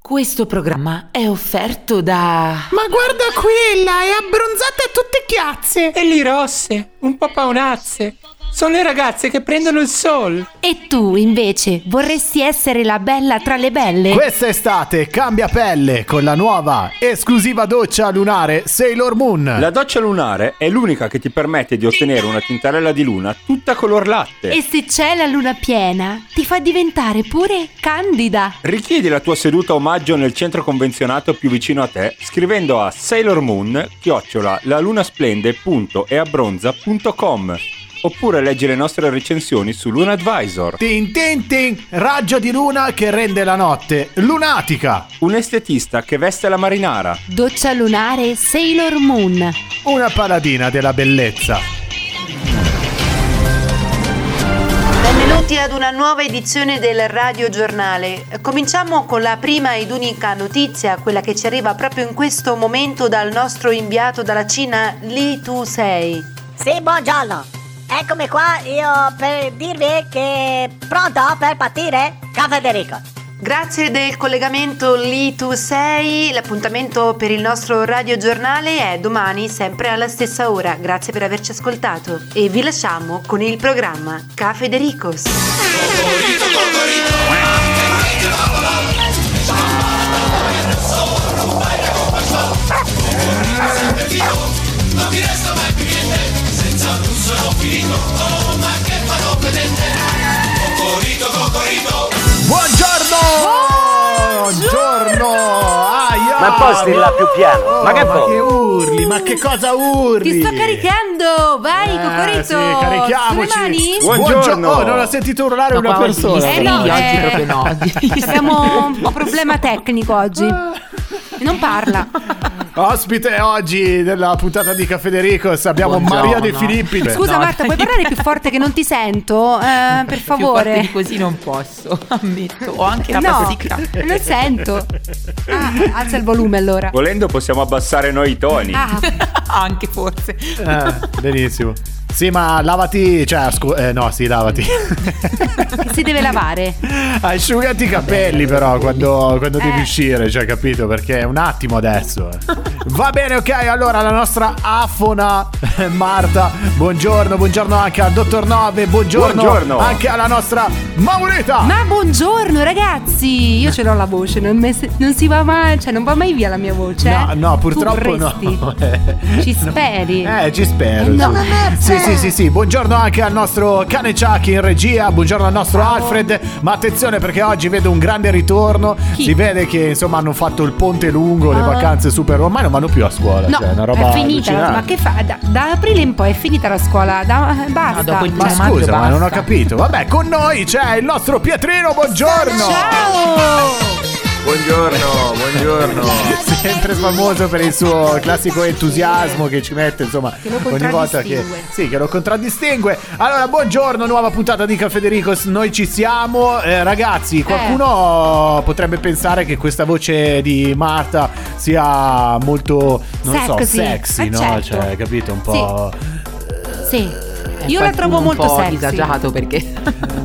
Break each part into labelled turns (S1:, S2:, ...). S1: Questo programma è offerto da...
S2: Ma guarda quella, è abbronzata a tutte chiazze.
S3: E lì rosse, un po' paonazze. Sono le ragazze che prendono il sol.
S4: E tu, invece, vorresti essere la bella tra le belle?
S5: Questa estate cambia pelle con la nuova esclusiva doccia lunare Sailor Moon.
S6: La doccia lunare è l'unica che ti permette di ottenere una tintarella di luna tutta color latte.
S4: E se c'è la luna piena, ti fa diventare pure candida.
S6: Richiedi la tua seduta omaggio nel centro convenzionato più vicino a te scrivendo a Sailor Moon chiocciola lalunasplende.eabbronza.com oppure leggi le nostre recensioni su Luna Advisor.
S5: Tin tin tin, raggio di luna che rende la notte lunatica.
S6: Un estetista che veste la marinara.
S4: Doccia lunare Sailor Moon.
S5: Una paladina della bellezza.
S7: Benvenuti ad una nuova edizione del Radio Giornale. Cominciamo con la prima ed unica notizia, quella che ci arriva proprio in questo momento dal nostro inviato dalla Cina, Li Tu Sei.
S8: Sì, buongiorno. Eccomi qua io per dirvi che pronto per partire? Ciao Federico.
S7: Grazie del collegamento Lì tu sei, l'appuntamento per il nostro radiogiornale è domani sempre alla stessa ora, grazie per averci ascoltato e vi lasciamo con il programma Ca Federicos. Non mi resta mai più niente senza un solo finito Oh ma che farò vedete Cocorito, cocorito
S5: Buongiorno Buongiorno Aia
S9: Ma posti là più piano
S5: Oh,
S9: Ma che
S5: ma che
S9: vuoi?
S5: urli, ma che cosa urli?
S4: Ti sto caricando, vai
S5: Eh,
S4: Cocorito.
S5: sì, carichiamoci.
S4: Sulle mani?
S5: Buongiorno.
S6: Buongiorno.
S5: Oh, non ho sentito urlare una
S1: qua oggi
S5: persona.
S1: sì,
S4: Eh no,
S1: oggi
S4: eh.
S1: proprio no. Oggi.
S4: Abbiamo un problema tecnico oggi. Non parla.
S5: Ah. Ospite oggi della puntata di Cafedericos abbiamo
S1: Buongiorno.
S5: Maria De Filippi.
S4: Scusa
S1: No,
S4: Marta, puoi
S1: dai.
S4: parlare più forte che non ti sento? Eh,
S1: Più forte
S4: per
S1: di
S4: favore.
S1: così non posso, ammetto. Ho anche la
S4: No,
S1: fatica.
S4: non sento. Ah, alza il volume allora.
S6: Volendo possiamo abbassare noi i toni.
S4: Ah,
S1: anche forse.
S5: Eh, benissimo. Sì, ma lavati, cioè, scu- eh, no, sì, lavati.
S4: che si deve lavare.
S5: Ah, Asciugati i capelli però quando, quando devi
S4: Eh.
S5: uscire, cioè capito? Perché è un attimo adesso. eh. Va bene, ok, allora la nostra afona eh, Marta, buongiorno, buongiorno anche al dottor Nove, buongiorno,
S6: Buongiorno.
S5: anche alla nostra Maurita.
S4: Ma buongiorno ragazzi! Io ce l'ho la voce, non, me- non si va mai, cioè non va mai via la mia voce.
S5: No,
S4: eh.
S5: no,
S4: Tu
S5: purtroppo
S4: vorresti.
S5: no. Eh,
S4: Ci speri.
S5: Eh, ci spero.
S4: Eh, no.
S5: sì.
S4: Ma
S5: Sì, sì, sì, sì. Buongiorno anche al nostro cane Chucky in regia, buongiorno al nostro Alfred. Ma attenzione perché oggi vedo un grande ritorno.
S4: Chi?
S5: Si vede che insomma hanno fatto il ponte lungo, le
S4: Ah.
S5: vacanze super. Ormai non vanno più a scuola.
S4: No,
S5: cioè, è una roba
S4: è finita.
S5: allucinante.
S4: Ma che fa? Da, da aprile in poi è finita la scuola. Da, eh, basta.
S1: No, dopo il
S5: Ma
S1: Cioè, Mario,
S5: scusa, ma
S1: basta.
S5: non ho capito. Vabbè, con noi c'è il nostro Pietrino, buongiorno!
S4: Ciao!
S9: Buongiorno, buongiorno
S5: Sempre famoso per il suo classico entusiasmo che ci mette, insomma,
S4: lo
S5: ogni volta che,
S4: contraddistingue.
S5: sì, che lo contraddistingue. Allora, buongiorno, nuova puntata di Cafedericos. Noi ci siamo, Eh, ragazzi. Qualcuno potrebbe pensare che questa voce di Marta sia molto, non so,
S4: Sexy.
S5: sexy,
S4: Eh,
S5: no?
S4: certo.
S5: Cioè, capito? Un po'
S4: Sì.
S1: Eh,
S4: Io la
S1: qualcuno
S4: trovo molto
S1: un po'
S4: sexy.
S1: disagiato perché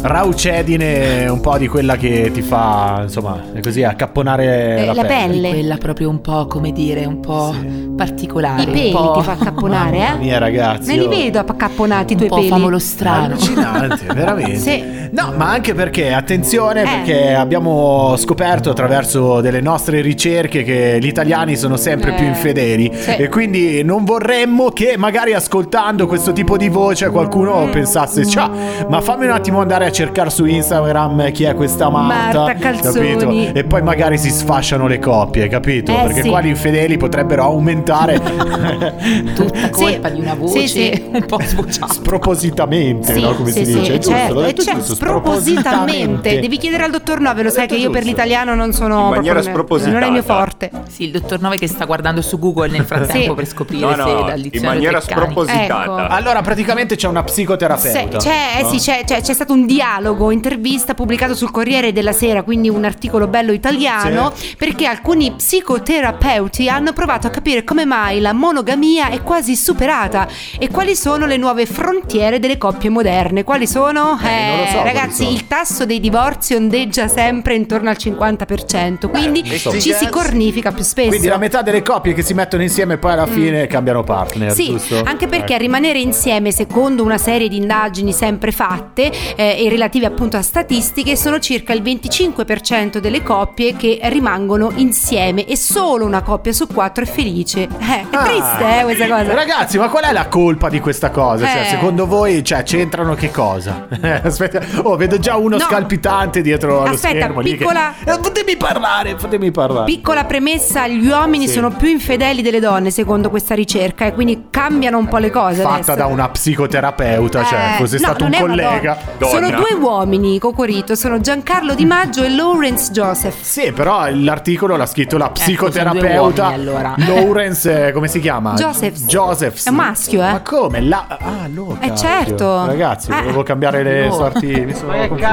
S5: raucedine, un po' di quella che ti fa, insomma, così accapponare
S4: Eh,
S5: la,
S4: la pelle.
S1: di quella proprio un po' come dire, un po' particolare,
S4: I peli
S1: un po'...
S4: ti fa accapponare,
S5: Mamma
S4: eh?
S5: mia, ragazzi.
S4: Me li
S5: io-
S4: vedo accapponati i
S1: un
S4: tuoi
S1: po'
S4: peli.
S1: famolo strano.
S5: Allucinante, veramente.
S4: Sì.
S5: No, ma anche perché, attenzione,
S4: Eh.
S5: perché abbiamo scoperto attraverso delle nostre ricerche che gli italiani sono sempre
S4: Eh.
S5: più infedeli.
S4: Sì.
S5: E quindi non vorremmo che magari ascoltando questo tipo di voce
S4: Mm.
S5: qualcuno pensasse, ciao, ma fammi un attimo andare a cercare su Instagram chi è questa Marta.
S4: Marta Calzoni."
S5: Capito? E poi magari si sfasciano le coppie, capito?
S4: Eh,
S5: perché
S4: sì.
S5: qua gli infedeli potrebbero aumentare
S1: Tutta colpa
S4: Sì.
S1: di una
S4: Sì,
S1: voce
S4: sì.
S1: un po' sbocciata.
S5: spropositamente,
S4: Sì,
S5: no? Come
S4: sì,
S5: si
S4: sì,
S5: dice? È giusto,
S4: certo,
S5: l'ho detto
S4: cioè,
S5: giusto,
S4: spropositamente. Devi chiedere al dottor Nove, lo
S5: L'ho
S4: sai che
S5: detto
S4: io per
S5: giusto.
S4: l'italiano non sono
S6: In maniera
S4: proprio- Non è il mio forte.
S1: Sì, il dottor Nove che sta guardando su Google nel frattempo
S4: Sì.
S1: per scoprire
S6: No,
S1: se
S6: no,
S1: dal
S6: in
S1: dizionario
S6: maniera
S1: Treccani.
S6: spropositata.
S5: Ecco. Allora, praticamente c'è un una
S4: Se-
S5: psicoterapeuta.
S4: c'è, eh sì, c'è, c'è- c'è stato un dialogo, intervista pubblicato sul Corriere della Sera, quindi un articolo bello italiano, perché alcuni psicoterapeuti hanno provato a capire come mai la monogamia è quasi superata e quali sono le nuove frontiere delle coppie moderne. Quali sono?
S5: Eh, non lo so quali
S4: ragazzi,
S5: sono.
S4: il tasso dei divorzi ondeggia sempre intorno al 50%, quindi
S5: insomma.
S4: ci si cornifica più spesso.
S5: Ah, Quindi la metà delle coppie che si mettono insieme poi alla fine cambiano partner,
S4: Mm. Sì,
S5: giusto?
S4: anche perché
S5: Ecco.
S4: rimanere insieme, secondo una serie di indagini sempre fatte eh, e relative appunto a statistiche, sono circa il 25% delle coppie che rimangono insieme e solo una coppia su quattro è felice. Eh, è
S5: Ah.
S4: triste eh, questa cosa.
S5: Ragazzi, ma qual è la colpa di questa cosa? Cioè,
S4: Eh.
S5: secondo voi, cioè, c'entrano che cosa? Aspetta, oh, vedo già uno
S4: No.
S5: scalpitante dietro allo
S4: Aspetta,
S5: schermo. lì che-
S4: piccola-
S5: Eh, Fatemi parlare, fatemi parlare.
S4: Piccola premessa, gli uomini
S5: Sì.
S4: sono più infedeli delle donne secondo questa ricerca e quindi cambiano un po' le cose.
S5: Fatta
S4: adesso.
S5: da una psicoterapeuta, cioè,
S4: Eh,
S5: fosse
S4: no,
S5: stato un
S4: non è una
S5: collega.
S4: donna. Sono
S6: Donna.
S4: due uomini, Cocorito, sono Giancarlo Di Maggio e Lawrence Joseph.
S5: Sì, però l'articolo l'ha scritto la
S1: sono Eh, due
S5: psicoterapeuta
S1: uomini, allora.
S5: Lawrence, eh, come si chiama?
S4: Josephs.
S5: Josephs.
S4: È un maschio, eh.
S5: Ma come? La... Ah, Luca.
S4: Eh, certo.
S5: Ragazzi,
S4: Eh.
S5: volevo cambiare le
S1: No.
S5: sorti. mi sono confuso.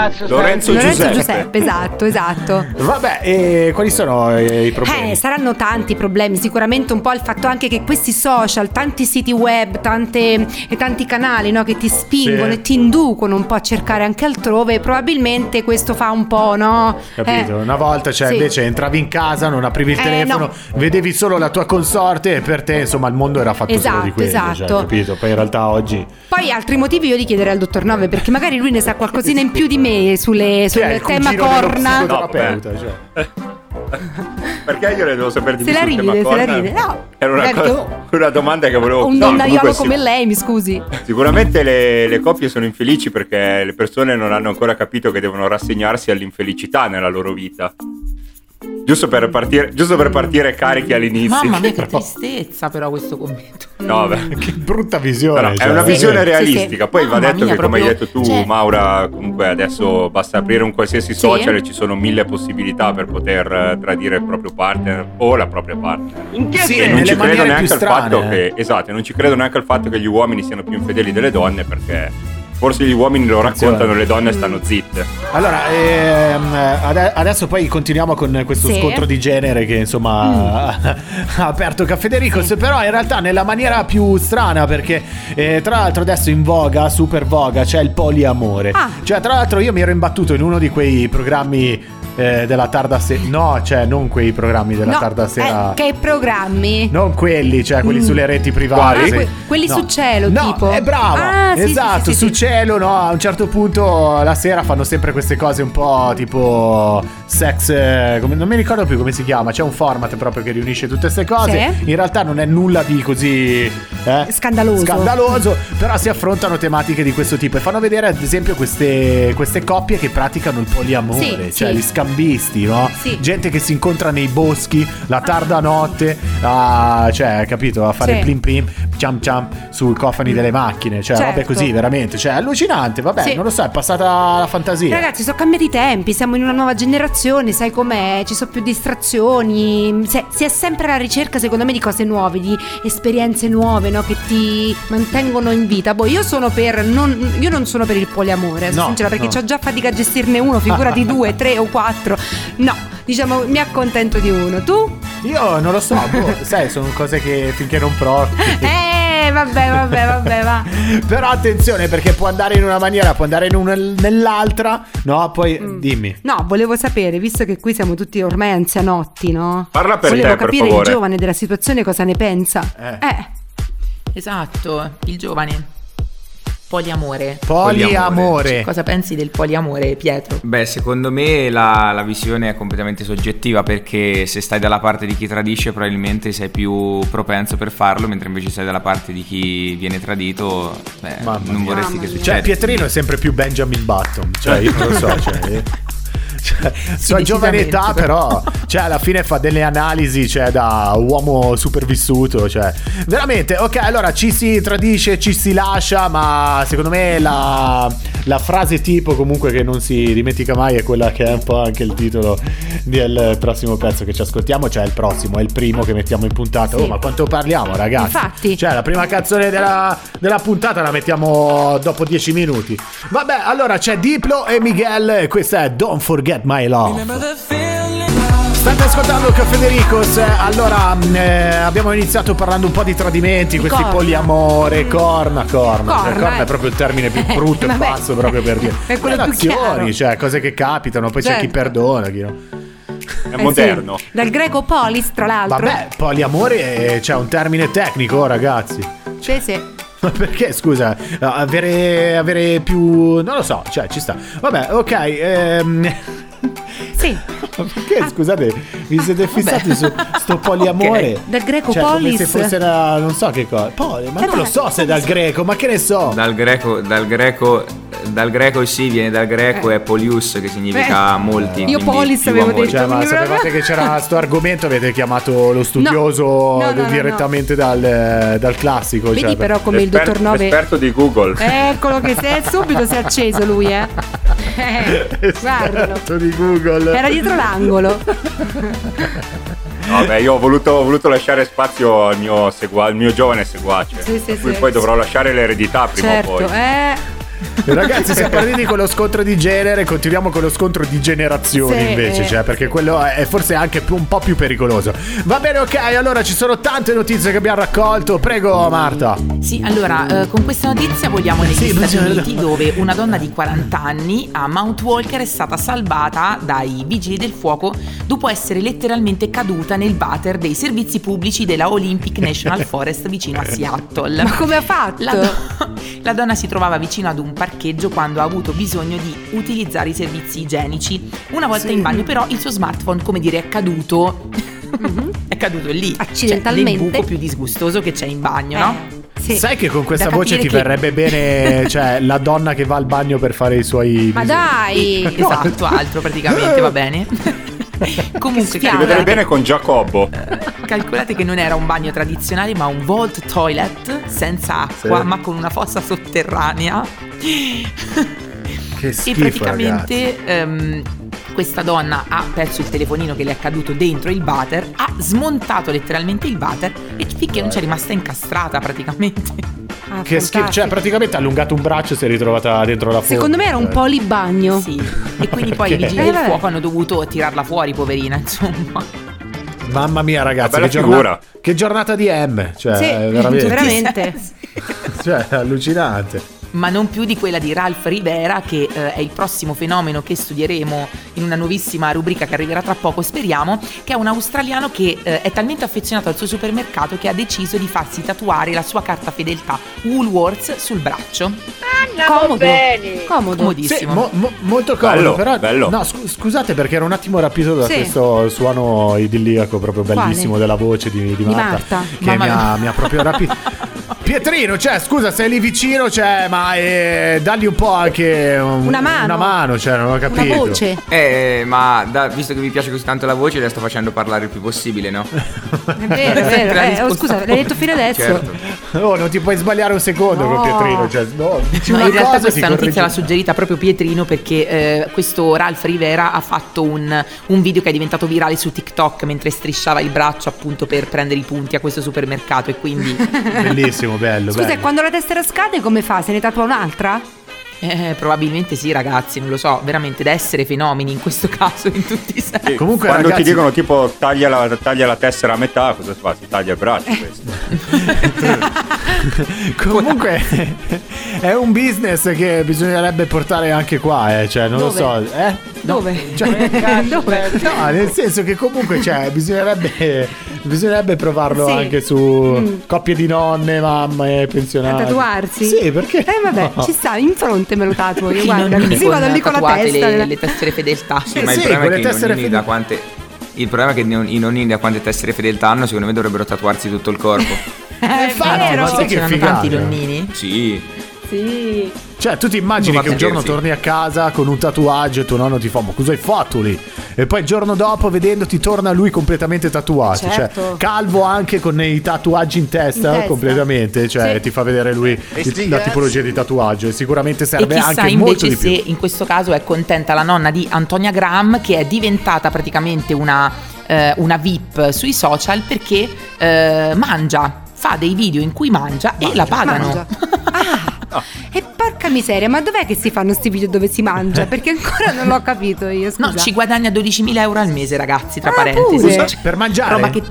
S4: Lorenzo
S6: Lorenzo, Giuseppe.
S4: Giuseppe esatto, esatto.
S5: Vabbè, e quali sono eh, i problemi?
S4: Eh, saranno tanti i problemi, sicuramente un po' il fatto anche che questi social, tanti siti web, tante- e tanti canali no, che ti spingono
S5: Sì.
S4: e ti inducono un po' a cercare anche altrove, probabilmente questo fa un po', no?
S5: Capito?
S4: Eh,
S5: Una volta, cioè,
S4: sì.
S5: invece entravi in casa, non aprivi il
S4: Eh,
S5: telefono,
S4: no.
S5: vedevi solo la tua consorte e per te, insomma, il mondo era fatto solo di
S4: Esatto,
S5: quello. cioè,
S4: esatto.
S5: capito? Poi in realtà oggi.
S4: Poi altri motivi io li chiederei al dottor Nove perché magari lui ne sa qualcosina in più di me sulle,
S5: Chi è
S4: sul
S5: il cugino
S4: tema
S5: dello
S4: corna.
S5: psicoterapeuta, cioè.
S6: Eh. Perché io le devo sapere di
S4: Se
S6: più
S4: la
S6: sul tema
S4: ride, se la
S6: corna?
S4: ride. No,
S6: Era una,
S4: Perché-
S6: cosa- una domanda che volevo
S4: Un
S6: no,
S4: donnaiolo
S6: comunque sì.
S4: come lei, mi scusi.
S6: Sicuramente le, le coppie sono infelici perché le persone non hanno ancora capito che devono rassegnarsi all'infelicità nella loro vita. Giusto per partire, giusto per partire carichi all'inizio.
S1: Mamma mia, che tristezza però questo commento.
S6: No, beh.
S5: Che brutta
S6: No,
S5: visione.
S6: no, è
S5: cioè.
S6: una visione
S4: sì,
S6: realistica.
S1: sì.
S6: Poi va
S1: Mamma
S6: detto
S1: mia,
S6: che, come hai
S1: proprio-
S6: detto tu,
S1: cioè-
S6: Maura, comunque adesso basta aprire un qualsiasi
S4: Sì.
S6: social e ci sono mille possibilità per poter eh, tradire il proprio partner o la propria partner.
S5: Sì,
S6: E
S5: nelle
S6: non ci credo
S5: maniere
S6: neanche
S5: più
S6: al fatto
S5: strane. eh.
S6: che. Esatto, non ci credo neanche al fatto che gli uomini siano più infedeli delle donne, perché forse gli uomini lo
S5: Attenzione.
S6: raccontano, le donne stanno zitte.
S5: Allora, ehm, ade- adesso poi continuiamo con questo
S4: Sì. Mm.
S5: scontro di genere che insomma ha aperto Caffedericos, però in realtà nella maniera più strana perché eh, tra l'altro adesso in voga, super voga, c'è il poliamore.
S4: Ah.
S5: Cioè tra l'altro io mi ero imbattuto in uno di quei programmi eh, della tarda sera, no cioè non quei programmi della
S4: no,
S5: tarda sera.
S4: eh, che programmi?
S5: Non quelli, cioè quelli
S4: Mm.
S5: sulle reti private.
S4: Quali?
S5: sì.
S4: Ah, que- quelli su cielo,
S5: no,
S4: tipo.
S5: È brava.
S4: Ah, sì, sì,
S5: esatto,
S4: sì, sì,
S5: su
S4: sì.
S5: cielo, no? A un certo punto la sera fanno sempre queste cose un po' tipo sex. eh, come- non mi ricordo più come si chiama. C'è un format proprio che riunisce tutte queste cose.
S4: Sì.
S5: In realtà non è nulla di così. eh,
S4: Scandaloso.
S5: Scandaloso, però si affrontano tematiche di questo tipo e fanno vedere ad esempio queste, queste coppie che praticano il poliamore,
S4: Sì,
S5: cioè
S4: sì.
S5: gli scambisti, no?
S4: Sì. Ah.
S5: Gente che si incontra nei boschi la tarda notte, a, cioè, capito, a fare
S4: Sì.
S5: plim plim, ciam ciam sui cofani delle macchine, cioè
S4: Certo.
S5: vabbè così veramente, cioè è allucinante, vabbè,
S4: Sì.
S5: non lo so, è passata la fantasia.
S4: Ragazzi, sono cambiati i tempi, siamo in una nuova generazione, sai com'è, ci sono più distrazioni, se- si è sempre alla ricerca secondo me di cose nuove, di esperienze nuove, no? Che ti mantengono in vita. Boh, io sono per, non, io non sono per il poliamore, sono
S5: No,
S4: sincera, perché
S5: no.
S4: ho già fatica a gestirne uno, figurati due, tre o quattro. No, diciamo mi accontento di uno. Tu?
S5: Io non lo so, boh, sai, sono cose che finché non provo.
S4: Eh, vabbè, vabbè, vabbè, va.
S5: Però attenzione perché può andare in una maniera, può andare in una, nell'altra. No, poi
S4: Mm.
S5: dimmi.
S4: No, volevo sapere, visto che qui siamo tutti ormai anzianotti, no?
S6: Parla per
S4: volevo
S6: te, per
S4: capire
S6: favore.
S4: il giovane della situazione cosa ne pensa.
S5: Eh.
S1: Esatto, il giovane. Poliamore.
S5: Poliamore.
S1: Cosa pensi del poliamore, Pietro?
S9: Beh, secondo me la, la visione è completamente soggettiva perché se stai dalla parte di chi tradisce probabilmente sei più propenso per farlo, mentre invece stai dalla parte di chi viene tradito, beh,
S5: Mamma
S9: non
S5: mia.
S9: vorresti
S4: Mamma
S9: che
S4: mia.
S9: succeda.
S5: Cioè, Pietrino è sempre più Benjamin Button. Cioè, io non lo so. Cioè, eh. Cioè, sua giovane
S1: decisamente,
S5: età, però.
S1: però.
S5: Cioè, alla fine fa delle analisi, cioè, da uomo supervissuto, cioè. Veramente, ok, allora ci si tradisce, ci si lascia, ma secondo me la, la frase tipo comunque che non si dimentica mai è quella che è un po' anche il titolo del prossimo pezzo che ci ascoltiamo, cioè il prossimo, è il primo che mettiamo in puntata. Oh, ma quanto parliamo, ragazzi?
S4: Infatti.
S5: Cioè, la prima canzone della, della puntata la mettiamo dopo 10 minuti. Vabbè, allora c'è Diplo e Miguel, e questa è Don't Forget My Love. State ascoltando Caffè Federicos, allora mh, eh, abbiamo iniziato parlando un po' di tradimenti, questi
S4: corna.
S5: poliamore, corna, corna.
S4: Corna,
S5: Cioè, corna
S4: eh.
S5: è proprio il termine più brutto e
S4: Vabbè.
S5: pazzo proprio per dire.
S4: È quello più chiaro.
S5: Relazioni, cioè cose che capitano, poi c'è chi
S4: Certo.
S5: perdona, chi no.
S6: È
S4: Eh sì,
S6: moderno.
S4: Dal greco polis, tra l'altro.
S5: Vabbè, poliamore eh, c'è un termine tecnico, oh, ragazzi.
S4: Sì, sì.
S5: Ma perché scusa? Avere, avere più. Non lo so, cioè ci sta. Vabbè, ok. ehm,
S4: Sì, Ah.
S5: Perché scusate, vi siete fissati su sto poliamore?
S4: Dal greco
S5: cioè,
S4: polis.
S5: Come se fosse da, non so che cosa. Poli, ma
S4: Eh,
S5: non lo
S4: dai,
S5: so se è dal greco, ma che ne so.
S9: Dal greco, dal greco, dal greco sì, viene dal greco è polius che significa molti.
S4: Eh. Io
S9: quindi
S4: polis
S9: più
S4: avevo
S9: a molti.
S4: detto.
S5: Cioè, ma sapevate che c'era sto argomento? Avete chiamato lo studioso
S4: No, no, no,
S5: direttamente Dal, dal classico.
S4: vedi
S5: cioè,
S4: però come il
S6: L'esper-
S4: dottor Nove. Eh.
S6: L'esperto di Google.
S4: Eccolo che se subito si è acceso lui, eh. Eh, guardalo.
S5: Esperto Esatto, di Google.
S4: Era dietro l'angolo.
S6: No, beh, io ho voluto, ho voluto lasciare spazio al mio, segua- al mio giovane seguace.
S4: Sì, sì,
S6: a cui
S4: sì.
S6: poi dovrò lasciare l'eredità prima o
S4: certo,
S6: poi.
S4: eh.
S5: Ragazzi, siamo partiti con lo scontro di genere, continuiamo con lo scontro di generazioni
S4: Sì,
S5: invece,
S4: eh,
S5: cioè, perché quello è forse anche più- un po' più pericoloso. Va bene, ok, allora ci sono tante notizie che abbiamo raccolto, prego Marta.
S1: Sì, allora, eh, con questa notizia vogliamo negli
S5: Sì, ma
S1: Stati
S5: c'è-
S1: Uniti dove una donna di 40 anni a Mount Walker è stata salvata dai vigili del fuoco dopo essere letteralmente caduta nel water dei servizi pubblici della Olympic National Forest vicino a Seattle.
S4: Ma come ha fatto?
S1: La,
S4: Esatto.
S1: do- la donna si trovava vicino ad un parcheggio quando ha avuto bisogno di utilizzare i servizi igienici. Una volta in bagno, però, il suo smartphone, come dire, è caduto. è caduto lì.
S4: Mm-hmm. Accidentalmente.
S1: Cioè, nel buco più disgustoso che c'è in bagno, no?
S4: Eh, sì.
S5: Sai che con questa
S1: Da
S5: voce ti
S1: capire chi-
S5: verrebbe bene, cioè, la donna che va al bagno per fare i suoi...
S4: Ma
S5: bisogni.
S4: dai!
S1: Esatto, altro praticamente, va bene? Comunque,
S4: Che
S6: Ti
S4: sfiato.
S1: calcolate,
S6: vedrei bene con Giacobbo.
S1: Eh, calcolate che non era un bagno tradizionale, ma un vault toilet senza acqua,
S5: Sì.
S1: ma con una fossa sotterranea.
S5: Che
S1: e
S5: schifo, ragazzi.
S1: praticamente ehm, questa donna ha perso il telefonino che le è caduto dentro il water, ha smontato letteralmente il water e finché non c'è rimasta incastrata praticamente.
S4: Ah,
S5: Che schifo,
S4: fantastico.
S5: cioè praticamente ha allungato un braccio e si è ritrovata dentro la foto.
S4: Secondo me era un polibagno.
S1: Sì. E quindi poi i vigili
S4: Eh,
S1: del
S4: vabbè.
S1: fuoco hanno dovuto tirarla fuori, poverina, insomma.
S5: Eh, Mamma mia ragazzi,
S6: Una
S5: che
S6: bella
S5: giornata,
S6: figura.
S5: che giornata di M, cioè,
S4: Sì,
S5: veramente,
S4: veramente.
S5: cioè, allucinante.
S1: ma non più di quella di Ralph Rivera, che eh, è il prossimo fenomeno che studieremo in una nuovissima rubrica che arriverà tra poco, speriamo, che è un australiano che eh, è talmente affezionato al suo supermercato che ha deciso di farsi tatuare la sua carta fedeltà Woolworths sul braccio.
S4: Comodo. Comodo.
S5: Sì,
S1: Comodissimo.
S5: mo- mo- molto comodo,
S6: Bello,
S5: però
S6: bello.
S5: No, scu- scusate perché ero un attimo rapito da
S4: Sì.
S5: questo suono idilliaco proprio bellissimo
S4: Quale?
S5: della voce di, di Marta,
S4: Marta.
S5: che
S1: Mamma
S5: mi ha,
S1: mia.
S5: mi ha proprio rapito. Pietrino, cioè, scusa, sei lì vicino, cioè, ma eh, dagli un po' anche un-
S4: Una mano.
S5: una mano, cioè, non ho capito.
S4: Una voce.
S9: Eh, ma da- visto che vi piace così tanto la voce, la sto facendo parlare il più possibile, no?
S4: È vero, è vero. eh, oh, scusa, l'hai detto fino adesso.
S9: Certo.
S5: Oh, non ti puoi sbagliare un secondo
S4: No.
S5: con Pietrino, cioè, no, dici
S1: No,
S5: una
S1: in realtà
S5: cosa e ti
S1: questa notizia l'ha
S5: correggi.
S1: suggerita proprio Pietrino perché eh, questo Ralph Rivera ha fatto un, un video che è diventato virale su TikTok mentre strisciava il braccio appunto per prendere i punti a questo supermercato e quindi
S5: Bellissimo, bello,
S4: Scusa, e
S5: bello.
S4: quando la tessera scade come fa? Se ne tatua un'altra?
S1: Eh, probabilmente sì, ragazzi, non lo so, veramente da essere fenomeni in questo caso in tutti i sensi.
S6: Sì,
S5: Comunque,
S6: Quando
S5: ragazzi-
S6: ti dicono tipo taglia la, taglia la tessera a metà, cosa si fa? Ti taglia il braccio questo.
S5: Comunque è un business che bisognerebbe portare anche qua, eh, cioè non lo
S4: Dove?
S5: so, eh?
S4: Dove?
S5: Cioè,
S4: Dove?
S5: No, nel senso che comunque cioè, bisognerebbe, bisognerebbe provarlo
S4: Sì. Mm.
S5: anche su coppie di nonne, mamme,
S4: A
S5: pensionate.
S4: tatuarsi?
S5: Ah, Sì, perché?
S4: Eh vabbè,
S5: no?
S4: ci sta, in fronte me lo tatuo io,
S1: Sì,
S4: guarda,
S1: nonnini
S4: così vado lì con la
S1: tatuate
S4: testa.
S1: le,
S4: nella-
S1: le tessere fedeltà.
S9: Sì, ma
S5: sì,
S9: il problema
S5: con
S9: è
S5: le
S9: che i
S5: tessere
S9: nonnini
S5: fedeli-
S9: da quante il problema è che i nonnini da quante tessere fedeltà hanno, secondo me dovrebbero tatuarsi tutto il corpo.
S4: Eh,
S5: infatti, ma sai
S1: Sì,
S5: che
S1: c'erano
S5: figata.
S1: tanti nonnini.
S9: sì.
S10: Sì.
S5: Cioè, tu ti immagini
S9: Non
S5: che
S9: fa
S5: un giorno
S9: scherzi.
S5: torni a casa con un tatuaggio e tuo nonno ti fa: Ma cosa hai fatto lì? E poi il giorno dopo, vedendoti, torna lui completamente tatuato. Cioè,
S10: Certo.
S5: calvo anche con i tatuaggi in testa,
S10: In testa.
S5: completamente. Cioè,
S10: Sì.
S5: ti fa vedere lui il- la tipologia di tatuaggio. E sicuramente
S1: E
S5: serve
S1: chissà
S5: anche molto
S1: invece
S5: di
S1: se
S5: più.
S1: in questo caso è contenta la nonna di Antonia Graham che è diventata praticamente una, eh, una VIP sui social perché eh, mangia, fa dei video in cui mangia, e la pagano.
S4: Mangia. Ah, E porca miseria, ma dov'è che si fanno sti video dove si mangia? Perché ancora non l'ho capito io. Scusa.
S1: No, ci guadagna 12.000 euro al mese ragazzi, tra
S4: Ah,
S1: parentesi.
S4: pure.
S1: Cioè,
S5: Per mangiare.
S1: roba che...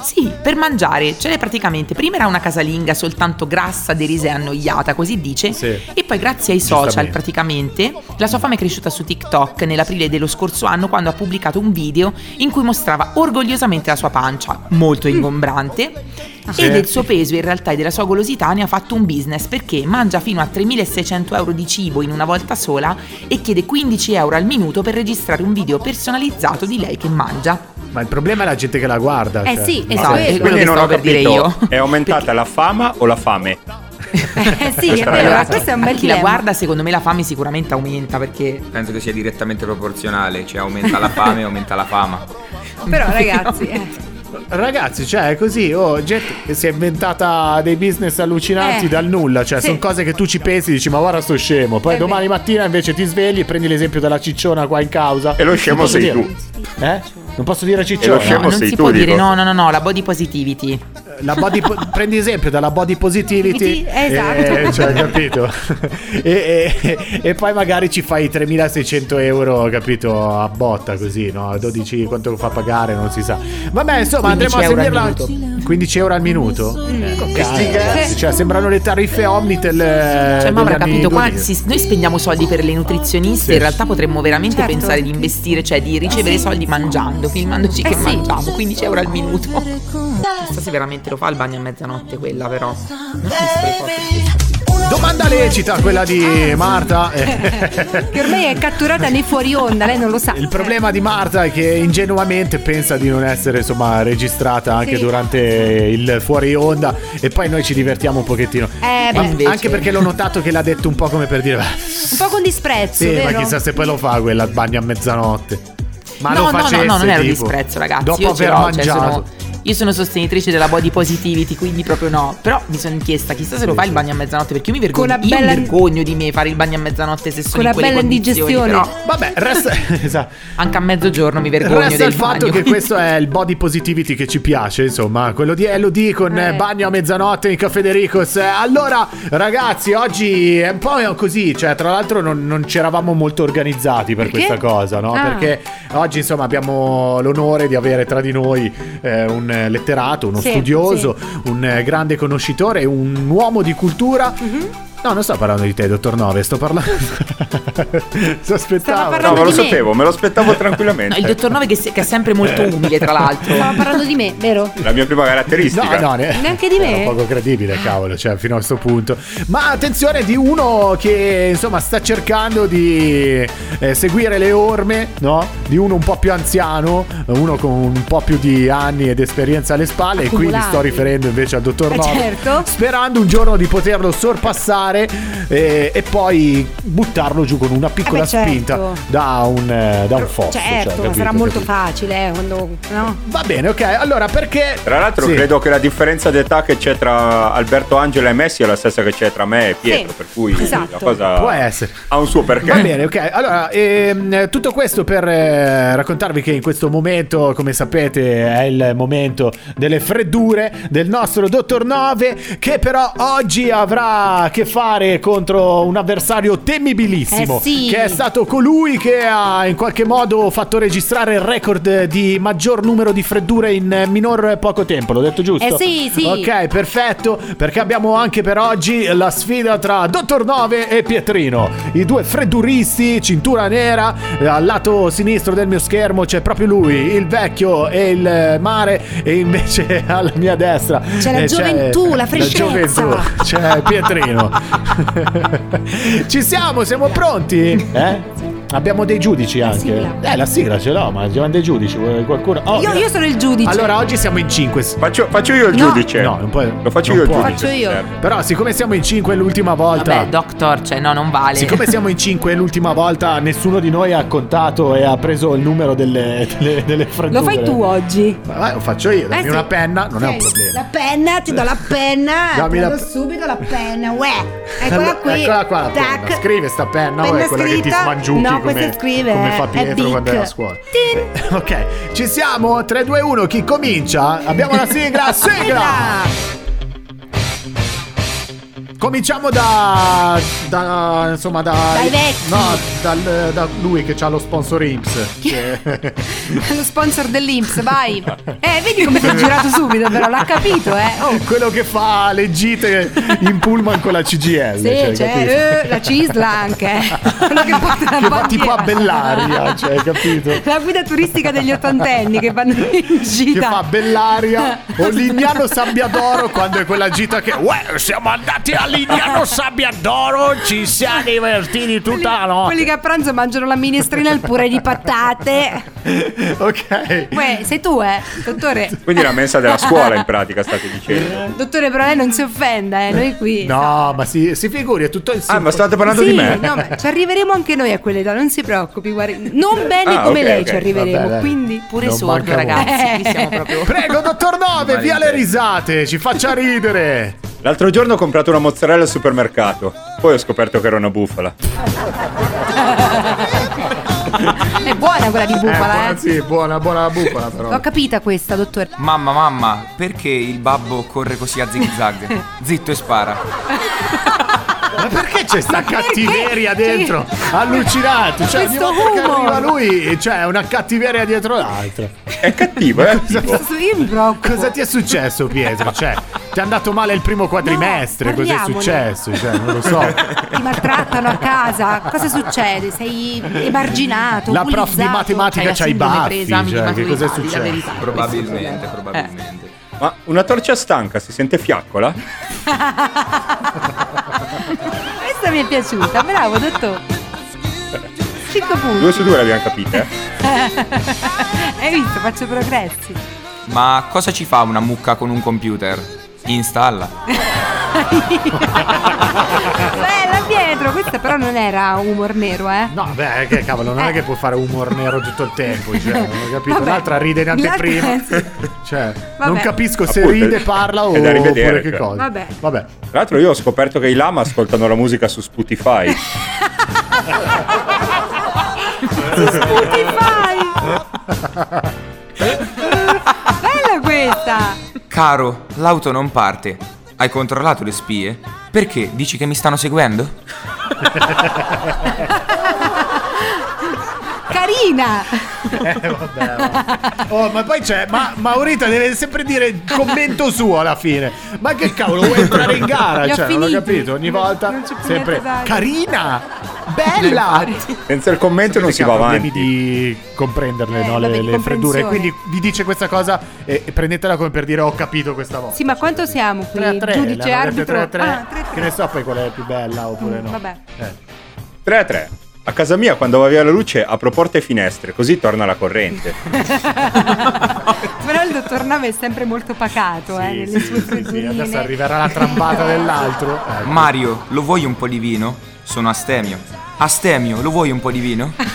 S1: Sì, per mangiare, ce l'è praticamente. Prima era una casalinga soltanto grassa, derisa e annoiata, così dice.
S5: Sì.
S1: E poi grazie ai social
S5: Giustamente.
S1: praticamente la sua fama è cresciuta su TikTok nell'aprile dello scorso anno quando ha pubblicato un video in cui mostrava orgogliosamente la sua pancia, molto ingombrante.
S5: Mm.
S1: E del suo peso in realtà e della sua golosità ne ha fatto un business perché mangia fino a 3.600 euro di cibo in una volta sola e chiede 15 euro al minuto per registrare un video personalizzato di lei che mangia.
S5: Ma il problema è la gente che la guarda.
S4: Eh
S5: cioè.
S4: sì,
S5: Ma-
S4: è
S1: Esatto,
S4: quello.
S1: quello
S6: Quindi
S1: che
S6: non
S1: stavo
S6: ho
S1: per dire
S6: capito,
S1: io.
S6: è aumentata la fama o la fame?
S4: Eh,
S5: Cioè,
S4: sì, è
S6: Questa
S4: vero, ma
S6: ragazza-
S4: questo è un
S1: A
S4: bel
S1: chi la
S4: dilemma.
S1: guarda, secondo me la fame sicuramente aumenta perché
S9: Penso che sia direttamente proporzionale, cioè aumenta la fame, aumenta la fama.
S4: Però ragazzi, eh,
S5: Ragazzi, cioè, è così. Oh, gente che si è inventata dei business allucinanti
S4: Eh,
S5: dal nulla. Cioè,
S4: sì.
S5: sono cose che tu ci pensi e dici, ma guarda, sto scemo. Poi
S4: È
S5: domani mattina invece ti svegli e prendi l'esempio della cicciona qua in causa.
S6: E lo scemo
S5: Non posso
S6: sei
S5: dire-
S6: tu.
S5: Eh? Non posso dire
S6: E
S5: cicciona.
S6: lo scemo
S1: no, non
S6: sei
S1: si
S6: tu,
S1: può dire
S6: dico. Eh,
S1: no, no, no, no, la body positivity.
S5: Eh, La body po- prendi esempio dalla body positivity.
S4: Sì, esatto.
S5: E, cioè, capito? e, e- e poi magari ci fai 3600 euro, capito? A botta così, no? 12 quanto fa pagare, non si sa. Vabbè, insomma,
S1: 15
S5: andremo a
S1: euro al
S5: seguirla. 15 euro al minuto? Ecco, cazzo, Cioè, sembrano le tariffe Omnitel. eh,
S1: Cioè, ma avrà
S5: degli anni
S1: capito, qua
S5: 2000.
S1: si- noi spendiamo soldi per le nutrizioniste, in realtà potremmo veramente
S4: Certo. Eh,
S1: pensare di investire, cioè di ricevere soldi mangiando, filmandoci che
S4: sì.
S1: mangiamo, 15 euro al minuto. Non so se veramente lo fa il bagno a mezzanotte quella però.
S5: Domanda lecita quella di Marta. Eh.
S4: che ormai è catturata nei fuori onda, lei non lo sa.
S5: Il problema di Marta è che ingenuamente pensa di non essere insomma registrata anche
S4: Sì.
S5: durante il fuori onda e poi noi ci divertiamo un pochettino.
S4: Eh,
S5: Ma
S4: beh,
S1: invece-
S5: Anche perché l'ho notato che l'ha detto un po' come per dire "Beh,
S4: un po' con disprezzo,
S5: sì, ma
S4: vero?
S5: chissà se poi lo fa quella al bagno a mezzanotte. Ma
S1: no,
S5: lo
S1: no,
S5: facesse,
S1: no, no, non era un
S5: tipo,
S1: disprezzo, ragazzi.
S5: Dopo
S1: io ce
S5: aver
S1: l'ho, cioè,
S5: mangiato.
S1: sono- io sono sostenitrice della body positivity, quindi proprio no. Però mi sono chiesta, chissà se lo fa il bagno a mezzanotte, perché io mi vergogno,
S4: Con la
S1: io mi
S4: bella-
S1: vergogno di me fare il bagno a mezzanotte se sono
S4: Con
S1: in
S4: la
S1: quelle
S4: bella
S1: condizioni,
S4: indigestione.
S1: però
S5: Vabbè, resta, esatto.
S1: anche a mezzogiorno mi vergogno
S5: Resta
S1: del
S5: il fatto
S1: bagno,
S5: che
S1: quindi-
S5: questo è il body positivity che ci piace, insomma, quello di Elodie con eh, bagno a mezzanotte in Caffè De Ricos. Eh, Allora, ragazzi, oggi è un po' così, cioè, tra l'altro non, non c'eravamo molto organizzati per
S4: Perché?
S5: questa cosa, no?
S4: Ah.
S5: Perché oggi, insomma, abbiamo l'onore di avere tra di noi eh, un eh, letterato, uno
S4: Sì,
S5: studioso, un eh, grande conoscitore, un uomo di cultura.
S4: Mhm.
S5: No, non sto parlando di te, dottor Nove, sto parlando... Sospettavo.
S6: No,
S4: parlando
S6: ma lo
S4: di me.
S6: sapevo, me lo aspettavo
S1: No, il
S6: tranquillamente.
S1: dottor Nove che, se- che è sempre molto
S5: Eh.
S1: umile, tra l'altro.
S4: Stava parlando di me, vero?
S6: La mia prima caratteristica.
S5: No, no, ne-
S4: Neanche di me?
S5: Era poco credibile, cavolo, cioè fino a questo punto. Ma attenzione di uno che insomma sta cercando di eh, seguire le orme, no? Di uno un po' più anziano, uno con un po' più di anni ed esperienza alle spalle e qui mi sto
S4: Accumulati.
S5: riferendo invece al dottor
S4: Eh,
S5: Nove.
S4: certo.
S5: Sperando un giorno di poterlo sorpassare eh, e poi buttarlo giù con una piccola
S4: beh, certo.
S5: spinta da un, eh, da un fosso. cioè,
S4: certo, ma
S5: capito,
S4: sarà molto
S5: capito?
S4: facile, eh, quando... No?
S5: Va bene, ok. Allora, perché...
S6: Tra l'altro
S5: Sì.
S6: credo che la differenza d'età che c'è tra Alberto Angela e Messi è la stessa che c'è tra me e Pietro,
S4: Sì,
S6: per cui
S4: esatto.
S6: la cosa
S5: Può essere.
S6: ha un suo perché.
S5: Va bene, ok. Allora, ehm, tutto questo per eh, raccontarvi che in questo momento, come sapete, è il momento delle freddure del nostro Dottor 9, che però oggi avrà a che fare contro un avversario temibilissimo,
S4: Eh sì.
S5: che è stato colui che ha in qualche modo fatto registrare il record di maggior numero di freddure in eh, minor poco tempo, l'ho detto giusto?
S4: Eh sì, sì.
S5: Ok, perfetto, perché abbiamo anche per oggi la sfida tra Dottor 9 e Pietrino. I due fredduristi, cintura nera, eh, al lato sinistro del mio schermo c'è proprio lui, il vecchio e il eh, mare, e invece alla mia destra
S4: C'è la
S5: eh,
S4: gioventù, la freschezza.
S5: gioventù, c'è Pietrino. Ci siamo, siamo pronti? Eh? Abbiamo dei giudici anche.
S4: sigla.
S5: Eh, la sigla ce l'ho, ma abbiamo dei giudici. Vuole qualcuno? Oh,
S4: Io, io sono il giudice.
S5: Allora, oggi siamo in 5.
S6: Faccio, faccio io il
S4: No.
S6: giudice.
S5: No, non puoi-
S6: Certo. Lo faccio
S5: non
S6: io il
S5: puoi.
S6: giudice.
S4: Faccio io.
S6: se serve.
S5: Però, siccome siamo in 5 l'ultima volta.
S1: Vabbè, Doctor, cioè no, non vale.
S5: Siccome siamo in 5 l'ultima volta, nessuno di noi ha contato e ha preso il numero delle, delle, delle
S4: Lo fai
S5: fratture.
S4: tu oggi. Eh,
S5: Ma lo faccio io, dammi
S4: sì.
S5: una penna, non è un
S4: Sì,
S5: problema.
S4: La penna, ti do la penna.
S5: Dammi la
S4: prendo
S5: pe-
S4: subito la penna. Uè, eccola qui.
S5: Eccola qua la penna.
S4: Tac.
S5: Scrive sta penna, o
S4: Penna
S5: è quella che ti
S4: scritta?
S5: smangiucchi
S4: No,
S5: come,
S4: questa scrive,
S5: come fa
S4: è
S5: Pietro
S4: Bic.
S5: quando era a scuola.
S4: Tin.
S5: Eh, ok, ci siamo, 3, 2, 1, chi comincia? Abbiamo la sigla, sigla! Cominciamo da, da insomma da
S4: Dai vecchi.
S5: No, dal- da lui che ha lo sponsor Ips. Che-
S4: Lo sponsor dell'Inps, vai. Eh, vedi come ti ho girato subito, però l'ha capito, eh. Oh.
S5: Quello che fa le gite in pullman con la CGL.
S4: Sì,
S5: cioè,
S4: cioè,
S5: capito?
S4: eh, la cisla anche. eh. Quello che porta la
S5: Che va
S4: bandiera.
S5: tipo a Bellaria, cioè, capito?
S4: La guida turistica degli ottantenni che vanno in
S5: che
S4: gita.
S5: fa Bellaria o Lignano Sabbiadoro quando è quella gita che uè siamo andati a Lignano Sabbiadoro ci siamo divertiti tutta la
S4: Quelli
S5: notte
S4: che a pranzo mangiano la minestrina e il purè di patate.
S5: ok
S4: Uè, sei tu, eh, dottore.
S6: Quindi la mensa della scuola in pratica state dicendo.
S4: Dottore, però lei non si offenda, eh, noi qui.
S5: no ma si, si figuri è tutto il
S6: Ah, ma state parlando
S4: Sì,
S6: di me?
S4: no, ma ci arriveremo anche noi a quell'età, non si preoccupi, guardi. Non bene
S6: Ah,
S4: come
S6: ok,
S4: lei
S6: ok,
S4: ci arriveremo,
S5: vabbè, dai.
S4: quindi
S1: Pure
S5: Non
S1: sordo,
S5: manca uno.
S1: ragazzi. Qui siamo proprio.
S5: prego dottor Nove
S9: Vale,
S5: via le
S9: prego.
S5: risate ci faccia ridere
S6: L'altro giorno ho comprato una mozzarella al supermercato. Poi ho scoperto che era una bufala.
S4: è buona quella di bufala,
S5: buona,
S4: eh.
S5: sì, buona buona bufala però
S4: L'ho capita questa, dottore.
S9: Mamma, mamma, perché il babbo corre così a zig zag? Zitto e spara.
S5: ma perché c'è sta
S4: perché?
S5: cattiveria dentro allucinante cioè ogni
S4: Questo
S5: volta che
S4: humor.
S5: arriva lui c'è una cattiveria dietro l'altra
S6: È cattivo, eh? tipo.
S4: Sì, Io mi preoccupo.
S5: Cosa ti è successo, Pietro? Cioè, ti è andato male il primo quadrimestre?
S4: No,
S5: Cos'è
S4: parliamone.
S5: successo? Cioè, non lo so.
S4: Ti maltrattano a casa, cosa succede? Sei emarginato,
S5: La prof di
S4: bullizzato.
S5: matematica
S1: Hai
S5: c'ha
S1: Cioè,
S5: i
S1: la sindrome
S5: baffi.
S1: presa, mi
S5: Cioè, che
S1: dimentico
S5: cos'è
S1: di la verità.
S5: successo?
S9: Probabilmente,
S5: Eh.
S9: probabilmente.
S6: Ma una torcia stanca si sente fiaccola?
S4: Questa mi è piaciuta, bravo dottore. 5 punti.
S6: Due su due l'abbiamo capita, eh?
S4: Hai visto, faccio progressi.
S9: Ma cosa ci fa una mucca con un computer? Installa.
S4: Bella Pietro, questa però non era humor nero, eh.
S5: No, beh, che cavolo, non è
S4: Eh.
S5: che può fare humor nero tutto il tempo. Cioè, non ho capito.
S4: Vabbè.
S5: L'altra ride in
S4: L'altra- eh,
S5: anteprima. Cioè, non
S4: Vabbè.
S5: capisco se
S6: Appunto,
S5: ride,
S6: è-
S5: parla o
S6: è da rivedere,
S5: oppure che
S6: cioè.
S5: cosa.
S4: Vabbè.
S5: Vabbè.
S6: Tra l'altro io ho scoperto che i lama ascoltano la musica su Spotify.
S4: Spotify! Bella questa!
S9: Caro, l'auto non parte. Hai controllato le spie? Perché? Dici che mi stanno seguendo?
S4: Carina!
S5: Eh, vabbè, vabbè. Oh, ma poi c'è, ma Maurita deve sempre dire il commento suo alla fine. Ma che cavolo, vuoi entrare in gara?
S4: Li ho
S5: Cioè, non ho
S4: finiti.
S5: capito, ogni
S4: Non-
S5: volta
S4: non c'è più
S5: sempre
S4: niente da dire.
S5: carina, bella.
S6: Senza il commento non si va
S5: problemi
S6: avanti.
S5: di comprenderle
S4: Eh,
S5: no,
S4: vabbè,
S5: le,
S4: di
S5: le freddure.
S4: comprensione.
S5: Quindi vi dice questa cosa e, e prendetela come per dire ho capito questa volta. Eh,
S4: Sì, ma quanto siamo qui?
S5: 3 a 3,
S4: Giudice, arbitro.
S5: 3 a 3.
S4: Ah, tre a tre.
S5: Che ne so poi qual è la più bella oppure
S4: Mm,
S5: no.
S4: vabbè.
S5: Eh.
S6: 3 a 3. A casa mia quando va via la luce apro porte e finestre, così torna la corrente.
S4: Però il dottor Nave è sempre molto pacato,
S5: Sì,
S4: eh, nelle
S5: sì,
S4: sue
S5: sì, sì,
S4: freddurine.
S5: Adesso arriverà la trambata dell'altro. Ecco.
S9: Mario, lo vuoi un po' di vino? Sono astemio. Astemio, lo vuoi un po' di vino?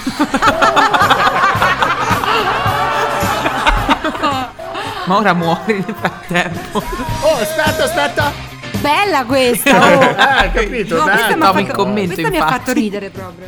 S1: Ma ora muori nel frattempo.
S5: Oh, aspetta, aspetta.
S4: Bella questa! Oh.
S5: Eh, capito,
S4: No,
S5: dai.
S4: questa, mi
S1: Ah,
S4: ha
S1: Stavo in
S4: fatto,
S1: commento,
S4: questa mi ha
S1: infatti.
S4: fatto ridere proprio.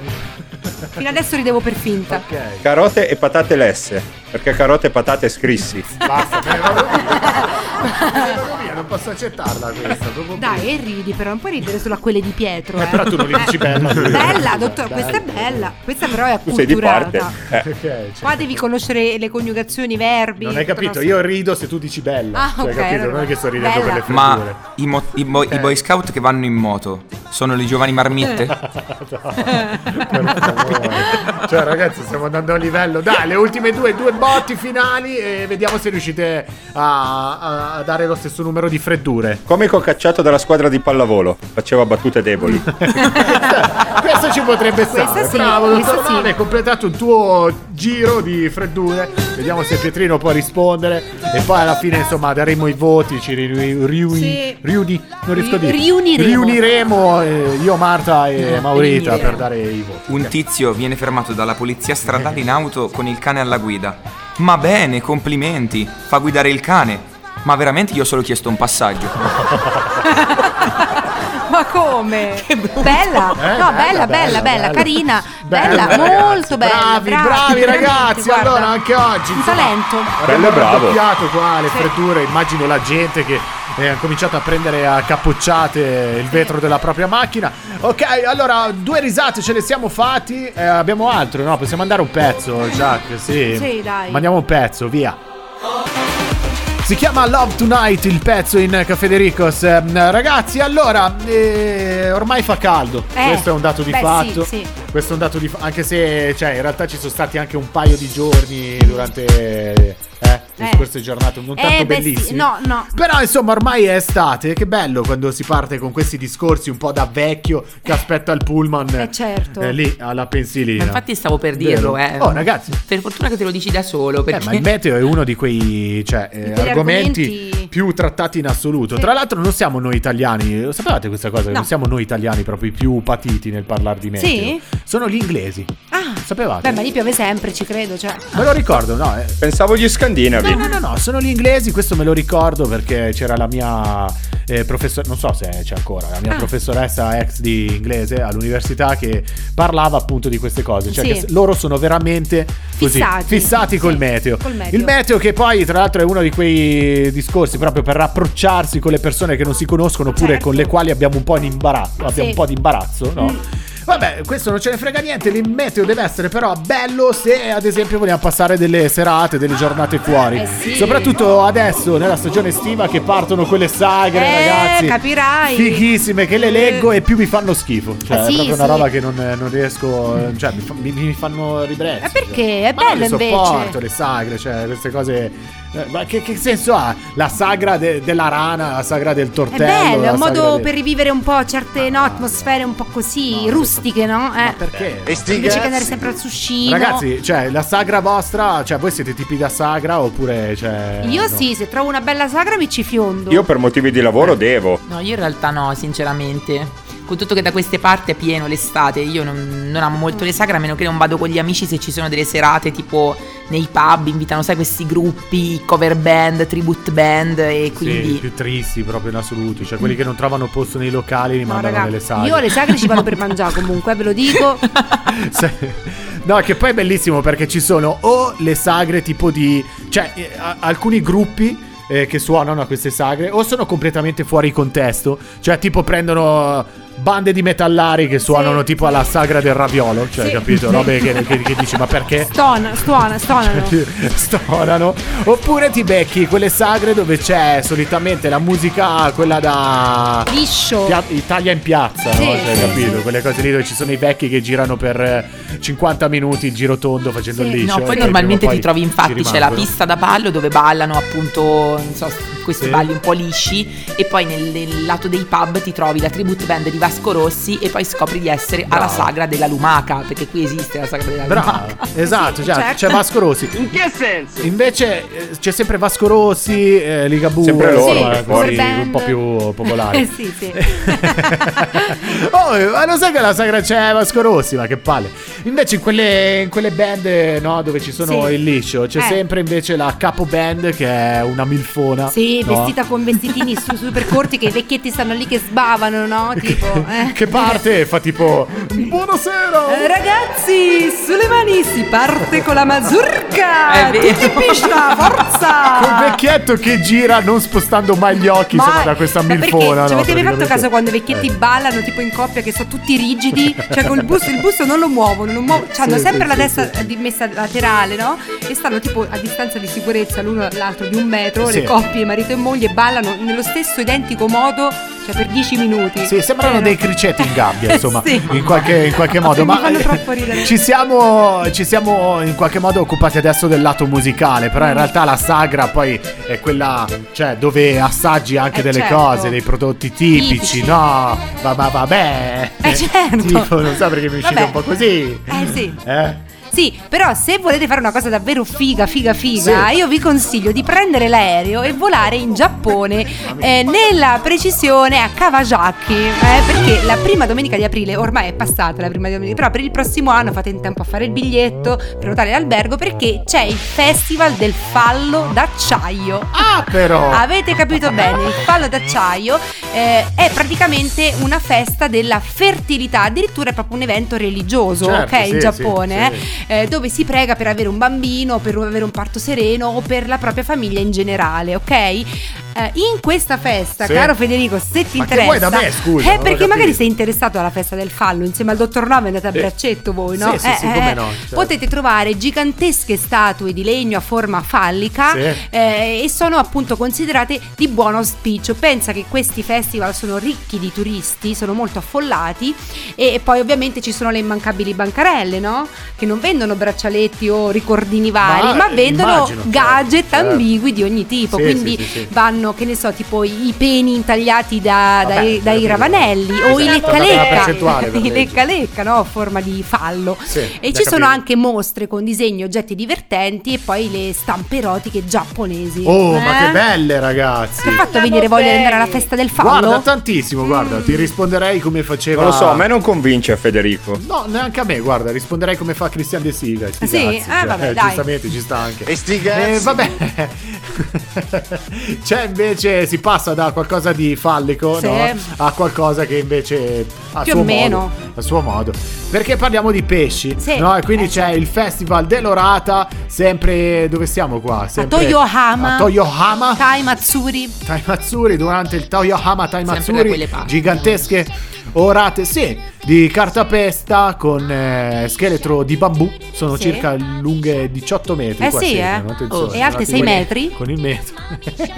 S4: Fino adesso ridevo per finta.
S5: Ok,
S6: Carote e patate lesse, perché carote e patate scrissi.
S5: basta, me ne vado via. Me ne vado via, non posso accettarla questa. proprio
S4: Dai, e ridi però, non puoi ridere solo a quelle di Pietro. Eh,
S5: però tu non li dici bella.
S4: Bella, dottore, questa è bella. Questa però è
S6: Tu sei di parte.
S4: acculturata.
S6: Eh,
S5: Ok, cioè,
S4: Qua devi conoscere le coniugazioni, i verbi.
S5: non hai capito, io rido se tu dici bella.
S4: Ah,
S5: cioè,
S4: ok,
S5: capito? Non è
S4: allora.
S5: che sto ridendo per le
S4: Bella.
S5: freddure.
S9: Ma i, mo- i bo- i boy scout che vanno in moto sono le giovani
S1: Eh.
S9: marmitte?
S5: Per favore. cioè, ragazzi, stiamo andando a un livello. Dai, le ultime due, due botti finali e vediamo se riuscite a, a- a dare lo stesso numero di freddure.
S6: Comico cacciato dalla squadra di pallavolo. Faceva battute deboli.
S5: Questo ci potrebbe
S4: Questa
S5: stare.
S4: sì,
S5: Bravo,
S4: questa
S5: dottor
S4: sì.
S5: Vale, hai completato il tuo giro di freddure. Vediamo se Pietrino può rispondere. E poi alla fine, insomma, daremo i voti. Ci ri- ri- riuni-
S4: Sì.
S5: riuni- non riesco a dire.
S4: Riuniremo.
S5: Riuniremo, eh, io, Marta e
S4: No,
S5: Maurita
S4: riuniremo.
S5: per dare i voti.
S9: Un tizio viene fermato dalla polizia stradale in auto con il cane alla guida. Ma bene, complimenti, fa guidare il cane. Ma veramente io ho solo chiesto un passaggio.
S4: Ma come? Bella, no,
S5: Eh,
S4: bella, bella, bella, carina, bella, molto bella.
S5: Bravi, bravi
S4: veramente,
S5: ragazzi.
S4: guarda.
S5: Allora, anche oggi.
S4: Un
S5: insomma,
S4: talento.
S5: Abbiamo
S6: Bello e bravo.
S5: raddoppiato qua le freddure, immagino la gente che eh, ha cominciato a prendere a cappucciate il vetro della propria macchina. Ok, allora due risate ce le siamo fatti. Eh, abbiamo altro, no? Possiamo andare un pezzo, Jack. Sì.
S4: Sì, dai.
S5: Mandiamo un pezzo, via. Si chiama Love Tonight il pezzo in Caffè De Ricos. Eh, Ragazzi, allora, eh, ormai fa caldo.
S4: Eh,
S5: Questo è un dato di
S4: beh, sì,
S5: fatto.
S4: sì.
S5: Questo è un dato di fa- anche se cioè, in realtà ci sono stati anche un paio di giorni durante eh, le
S4: Eh.
S5: scorse giornate non
S4: Eh,
S5: tanto
S4: beh, sì,
S5: bellissimi.
S4: no, no.
S5: Però insomma ormai è estate, che bello quando si parte con questi discorsi un po' da vecchio che aspetta il pullman
S4: Eh, certo.
S5: eh, lì alla pensilina.
S1: Ma infatti stavo per dirlo,
S5: Vero.
S1: eh.
S5: Oh ragazzi,
S1: Per fortuna che te lo dici da solo,
S5: eh,
S1: perché
S5: ma il meteo è uno di quei cioè, eh,
S4: Di quegli
S5: argomenti,
S4: argomenti-
S5: più trattati in assoluto.
S4: Sì.
S5: Tra l'altro, non siamo noi italiani, lo sapevate questa cosa? che
S4: No.
S5: Non siamo noi italiani proprio i più patiti nel parlare di meteo.
S4: Sì?
S5: Sono gli inglesi.
S4: Ah,
S5: Sapevate?
S4: Beh, ma lì piove sempre, ci credo, cioè.
S5: Me lo ricordo, no? eh.
S6: Pensavo gli
S5: No,
S6: scandinavi.
S5: no, no, no, sono gli inglesi, questo me lo ricordo perché c'era la mia professoressa, non so se c'è ancora, la mia
S4: Ah.
S5: professoressa ex di inglese all'università che parlava appunto di queste cose, cioè
S4: Sì.
S5: che s- loro sono veramente così,
S4: Fissati.
S5: fissati col,
S4: Sì,
S5: meteo.
S4: col meteo.
S5: Il meteo che poi tra l'altro è uno di quei discorsi proprio per approcciarsi con le persone che non si conoscono oppure
S4: Certo.
S5: con le quali abbiamo un po' di imbarazzo, abbiamo
S4: Sì. Mm.
S5: un po' di imbarazzo, no? Vabbè, questo non ce ne frega niente, il meteo deve essere però bello se ad esempio vogliamo passare delle serate, delle giornate fuori.
S4: Eh sì.
S5: Soprattutto adesso nella stagione estiva che partono quelle sagre,
S4: Eh,
S5: ragazzi.
S4: capirai.
S5: Fighissime che le leggo e più mi fanno schifo. Cioè,
S4: Ah, sì,
S5: è proprio una
S4: sì.
S5: roba che non, non riesco. Cioè, mi, fa- mi- mi fanno ribrezzo.
S4: Ma perché?
S5: cioè.
S4: È
S5: Ma non
S4: bello
S5: le
S4: invece.
S5: sopporto le sagre, cioè, queste cose. eh, Ma che, che senso ha? La sagra de- della rana, la sagra del
S4: È
S5: tortello.
S4: bello, è
S5: la
S4: un
S5: sagra
S4: modo
S5: del-
S4: per rivivere un po' certe no, atmosfere un po' così rustiche, no? Eh.
S5: Ma perché?
S4: Invece che andare sempre al sushi.
S5: Ragazzi, cioè, la sagra vostra, cioè, voi siete tipi da sagra oppure, cioè...
S4: Io
S5: no?
S4: sì, se trovo una bella sagra mi ci fiondo.
S6: Io per motivi di
S4: Eh.
S6: lavoro devo.
S1: No, io in realtà no, sinceramente. Con tutto che da queste parti è pieno l'estate, io non, non amo molto le sagre, a meno che non vado con gli amici se ci sono delle serate tipo nei pub, invitano, sai, questi gruppi, cover band, tribute band e
S5: Sì,
S1: quindi...
S5: più tristi proprio in assoluto, cioè quelli che non trovano posto nei locali li
S4: Mm. No,
S5: mandano
S4: raga,
S5: nelle sagre.
S4: Io le sagre ci vado per mangiare comunque, eh, ve lo dico.
S5: Sì. No, che poi è bellissimo perché ci sono o le sagre tipo di... cioè eh, a- alcuni gruppi eh, che suonano a queste sagre o sono completamente fuori contesto, cioè tipo prendono bande di metallari che suonano tipo alla sagra del raviolo, cioè
S4: Sì.
S5: capito? Robe che, che- che dici ma perché?
S4: Stona, stona, stonano.
S5: stonano oppure ti becchi quelle sagre dove c'è solitamente la musica quella da
S4: Liscio.
S5: pia- Italia in piazza
S4: Sì,
S5: no? Cioè,
S4: sì,
S5: capito
S4: sì.
S5: quelle cose lì dove ci sono i vecchi che girano per eh, 50 minuti il giro tondo facendo
S4: Sì.
S5: il liscio
S1: No,
S5: e
S1: poi
S5: cioè, eh, prima o
S1: normalmente ti trovi
S5: ci
S1: infatti c'è la
S5: rimangono.
S1: pista da ballo dove ballano appunto, non so, questi
S5: Sì.
S1: balli un po' lisci e poi nel, nel lato dei pub ti trovi la tribute band di Vasco Rossi e poi scopri di essere alla sagra della lumaca, perché qui esiste la sagra della
S5: Bravo,
S1: lumaca.
S5: esatto,
S4: Sì,
S5: cioè,
S4: certo.
S5: c'è Vasco Rossi. In che senso? Invece eh, c'è sempre Vasco Rossi, eh, Ligabue,
S6: Sempre loro,
S5: insomma,
S6: eh,
S5: così,
S6: fuori.
S5: un po' più popolari.
S4: Eh, sì, sì.
S5: oh, ma lo sai che la sagra c'è Vasco Rossi, ma che palle. Invece in quelle, in quelle band eh, no, dove ci sono
S4: Sì.
S5: il liscio, c'è
S4: Eh.
S5: sempre invece la capo band che è una milfona.
S4: Sì,
S5: no?
S4: vestita con vestitini su- super corti che i vecchietti stanno lì che sbavano, no? Tipo, eh.
S5: che parte e fa tipo Buonasera!
S4: Eh, Ragazzi, sulle mani si parte con la mazurka!
S1: È vero.
S4: Tutti in pista, forza!
S5: Quel vecchietto che gira non spostando mai gli occhi insomma, da questa
S4: ma perché,
S5: milfona.
S4: Ci
S5: no,
S4: avete mai fatto
S5: praticamente.
S4: caso quando i vecchietti
S5: Eh.
S4: ballano tipo in coppia che sono tutti rigidi? Cioè col busto, il busto non lo muovono, non muovono cioè, hanno
S5: Sì,
S4: sempre
S5: sì,
S4: la
S5: sì,
S4: testa di- messa laterale, no? E stanno tipo a distanza di sicurezza l'uno dall'altro di un metro,
S5: Sì.
S4: le coppie, marito e moglie, ballano nello stesso identico modo Cioè per 10 minuti.
S5: Sì, sembrano
S4: Vero?
S5: dei criceti in gabbia, insomma,
S4: Sì.
S5: in, qualche, in qualche modo.
S4: Mi
S5: Ma
S4: fanno
S5: eh,
S4: troppo ridere.
S5: ci siamo, ci siamo in qualche modo occupati adesso del lato musicale, però in
S4: Mm.
S5: realtà la sagra poi è quella cioè, dove assaggi anche
S4: Eh,
S5: delle
S4: certo.
S5: cose, dei prodotti tipici,
S4: Tipici.
S5: no? Va, va, vabbè.
S4: Eh, certo.
S5: Tipo, non so perché mi è uscito
S4: Vabbè.
S5: un po' così.
S4: Eh, sì.
S5: Eh?
S4: Sì, però se volete fare una cosa davvero figa, figa, figa,
S5: Sì.
S4: io vi consiglio di prendere l'aereo e volare in Giappone, eh, nella precisione a Kawasaki, eh, perché la prima domenica di aprile, ormai è passata la prima domenica, però per il prossimo anno fate in tempo a fare il biglietto, prenotare l'albergo, perché c'è il Festival del Fallo d'Acciaio.
S5: Ah, però.
S4: Avete capito bene, il fallo d'acciaio eh, è praticamente una festa della fertilità, addirittura è proprio un evento religioso,
S5: Certo,
S4: ok,
S5: sì,
S4: in Giappone,
S5: sì, sì.
S4: eh, dove si prega per avere un bambino, per avere un parto sereno o per la propria famiglia in generale, ok? Eh, in questa festa,
S5: Sì.
S4: caro Federico, se ti
S5: Ma che
S4: interessa,
S5: vuoi da me, scusa,
S4: eh,
S5: non ho
S4: perché magari
S5: capito.
S4: sei interessato alla festa del fallo, insieme al dottor Nome andate a
S5: Sì.
S4: braccetto voi, no?
S5: Eh.
S4: Eh,
S5: Sì, sì, sì, come no, certo.
S4: Potete trovare gigantesche statue di legno a forma fallica
S5: Sì.
S4: eh, e sono appunto considerate di buon auspicio. Pensa che questi festival sono ricchi di turisti, sono molto affollati e poi ovviamente ci sono le immancabili bancarelle, no? Che non vendono braccialetti o ricordini vari,
S5: Ma-
S4: ma, vendono
S5: immagino, certo,
S4: gadget
S5: certo.
S4: ambigui di ogni tipo,
S5: Sì,
S4: quindi
S5: sì, sì, sì.
S4: vanno, che ne so, tipo i peni intagliati da-
S5: Vabbè,
S4: dai,
S5: certo,
S4: dai
S5: sì.
S4: ravanelli o
S5: Esatto,
S4: i lecca
S5: date una
S4: lecca,
S5: percentuale per
S4: i
S5: legge.
S4: lecca lecca, no? A forma di fallo.
S5: Sì,
S4: E
S5: già
S4: ci
S5: capito.
S4: sono anche mostre con disegni, oggetti divertenti e poi le stampe erotiche giapponesi.
S5: Oh, ma
S4: Eh?
S5: che belle, ragazzi.
S4: Ti ha fatto venire voglia di andare alla festa del fallo? Mm.
S5: Guarda, tantissimo, guarda, ti risponderei come
S4: Eh,
S5: faceva...
S6: Non lo so, a me non convince Federico.
S5: No, neanche a me, guarda, risponderei come fa Christian De Siga. sti
S4: Sì?
S5: cazzi, cioè. Eh,
S4: Ah, vabbè, dai.
S5: Giustamente ci sta anche.
S6: E sti
S5: Eh,
S6: cazzi.
S5: vabbè. C'è invece, si passa da qualcosa di fallico
S4: Sì.
S5: no? a qualcosa che invece a
S4: Più
S5: suo
S4: o meno.
S5: modo. A suo modo. Perché parliamo di pesci,
S4: Sì.
S5: no? E quindi
S4: Eh,
S5: c'è il festival dell'orata, sempre dove siamo qua? Sempre
S4: Toyohama.
S5: A Toyohama.
S4: Kai Matsuri. Eh
S5: Taimatsuri durante il Toyohama
S1: Sempre da
S5: Taimatsuri
S1: quelle parti.
S5: gigantesche orate sì di cartapesta con eh, scheletro di bambù sono
S4: Sì.
S5: circa lunghe 18 metri
S4: Eh
S5: qua
S4: sì,
S5: segnano,
S4: eh.
S5: attenzione,
S4: Oh. E
S5: sono
S4: alte
S5: andati
S4: sei
S5: con-
S4: metri?
S5: con il metro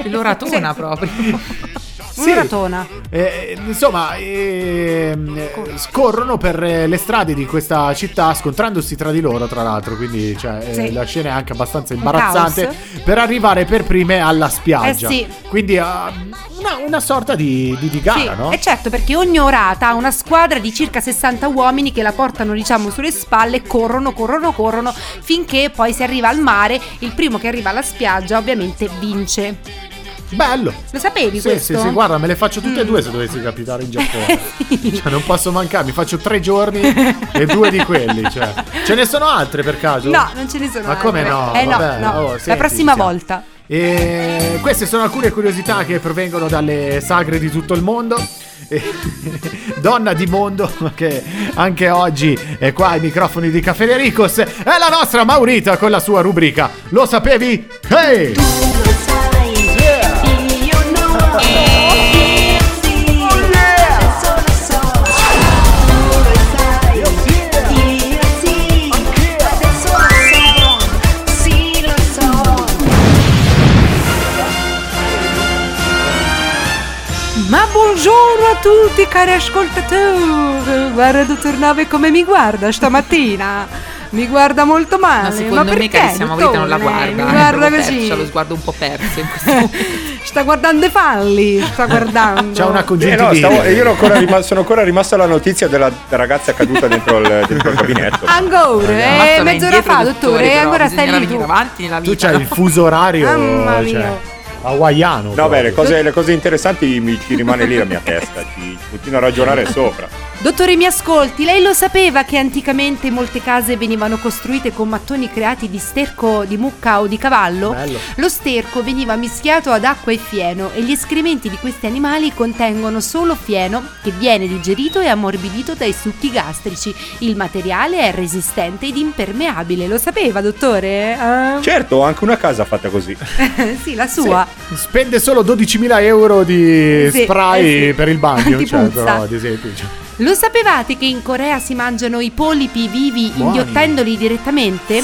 S1: L'oratona proprio.
S4: Eh,
S5: Sì.
S4: Un'oratona.
S5: Eh, insomma, ehm, eh, scorrono per eh, le strade di questa città scontrandosi tra di loro, tra l'altro, quindi cioè, eh,
S4: Sì.
S5: la scena è anche abbastanza
S4: Un
S5: imbarazzante per arrivare per prime alla spiaggia.
S4: Eh sì.
S5: Quindi eh, una, una sorta di, di, di gara, no?
S4: e certo perché ogni orata ha una squadra di circa 60 uomini che la portano diciamo sulle spalle, corrono, corrono, corrono finché poi si arriva al mare, il primo che arriva alla spiaggia ovviamente vince.
S5: Bello.
S4: Lo sapevi
S5: Sì,
S4: questo?
S5: sì, sì, guarda, me le faccio tutte e
S4: Mm.
S5: due se dovessi capitare in Giappone.
S4: Sì.
S5: Cioè, non posso mancare, mi faccio tre giorni e due di quelli. Cioè. Ce ne sono altre per caso?
S4: No, non ce ne sono
S5: Ma come
S4: altre.
S5: no?
S4: Eh no,
S5: Vabbè,
S4: no.
S5: oh,
S4: La
S5: senti,
S4: prossima
S5: Cristian.
S4: volta.
S5: E queste sono alcune curiosità che provengono dalle sagre di tutto il mondo. E- Donna di mondo, che anche oggi è qua ai microfoni di Caffè De Ricos, è la nostra Maurita con la sua rubrica. Lo sapevi? Ehi!
S4: Ma buongiorno a tutti cari ascoltatori! Guarda dottor Nave come mi guarda stamattina! Mi guarda molto male!
S1: No, secondo
S4: ma
S1: me
S4: perché,
S1: carissima Maurita non la
S4: dottore?
S1: guarda.
S4: Mi
S1: eh,
S4: guarda
S1: proprio
S4: così! Eh,
S1: persa, lo sguardo un po' perso in questo momento.
S4: Sta guardando i falli! Sta guardando!
S5: C'è una
S6: Eh no,
S5: congiuntivite.
S6: stavo- io ero ancora rima- sono ancora rimasto alla notizia della ragazza caduta dentro il, dentro il gabinetto.
S4: Ancora, eh,
S1: Basta, va
S4: mezz'ora
S1: indietro,
S4: fa, dottore, eh,
S1: però,
S4: ancora stai
S1: bisognerà
S4: lì
S1: venire
S4: tu.
S1: avanti nella
S5: Tu
S1: vita.
S5: c'hai il fuso orario
S4: Mamma mia.
S5: cioè, hawaiano.
S6: No, beh,
S5: proprio.
S6: le cose, le cose interessanti mi, ci rimane lì la mia testa, ci continuo a ragionare sopra.
S4: Dottore, mi ascolti, lei lo sapeva che anticamente molte case venivano costruite con mattoni creati di sterco di mucca o di cavallo?
S5: Bello.
S4: Lo sterco veniva mischiato ad acqua e fieno e gli escrementi di questi animali contengono solo fieno che viene digerito e ammorbidito dai succhi gastrici. Il materiale è resistente ed impermeabile, lo sapeva, dottore? Ah?
S6: Certo, ho anche una casa fatta così.
S1: Cioè,
S4: sì, la sua.
S5: Spende solo 12.000 euro di
S4: Sì,
S5: spray
S4: eh sì.
S5: per il bagno. Cioè,
S4: Antipuzza.
S5: però, ad esempio. cioè.
S4: Lo sapevate che in Corea si mangiano i polipi vivi
S5: Buoni. Uh.
S4: inghiottendoli direttamente?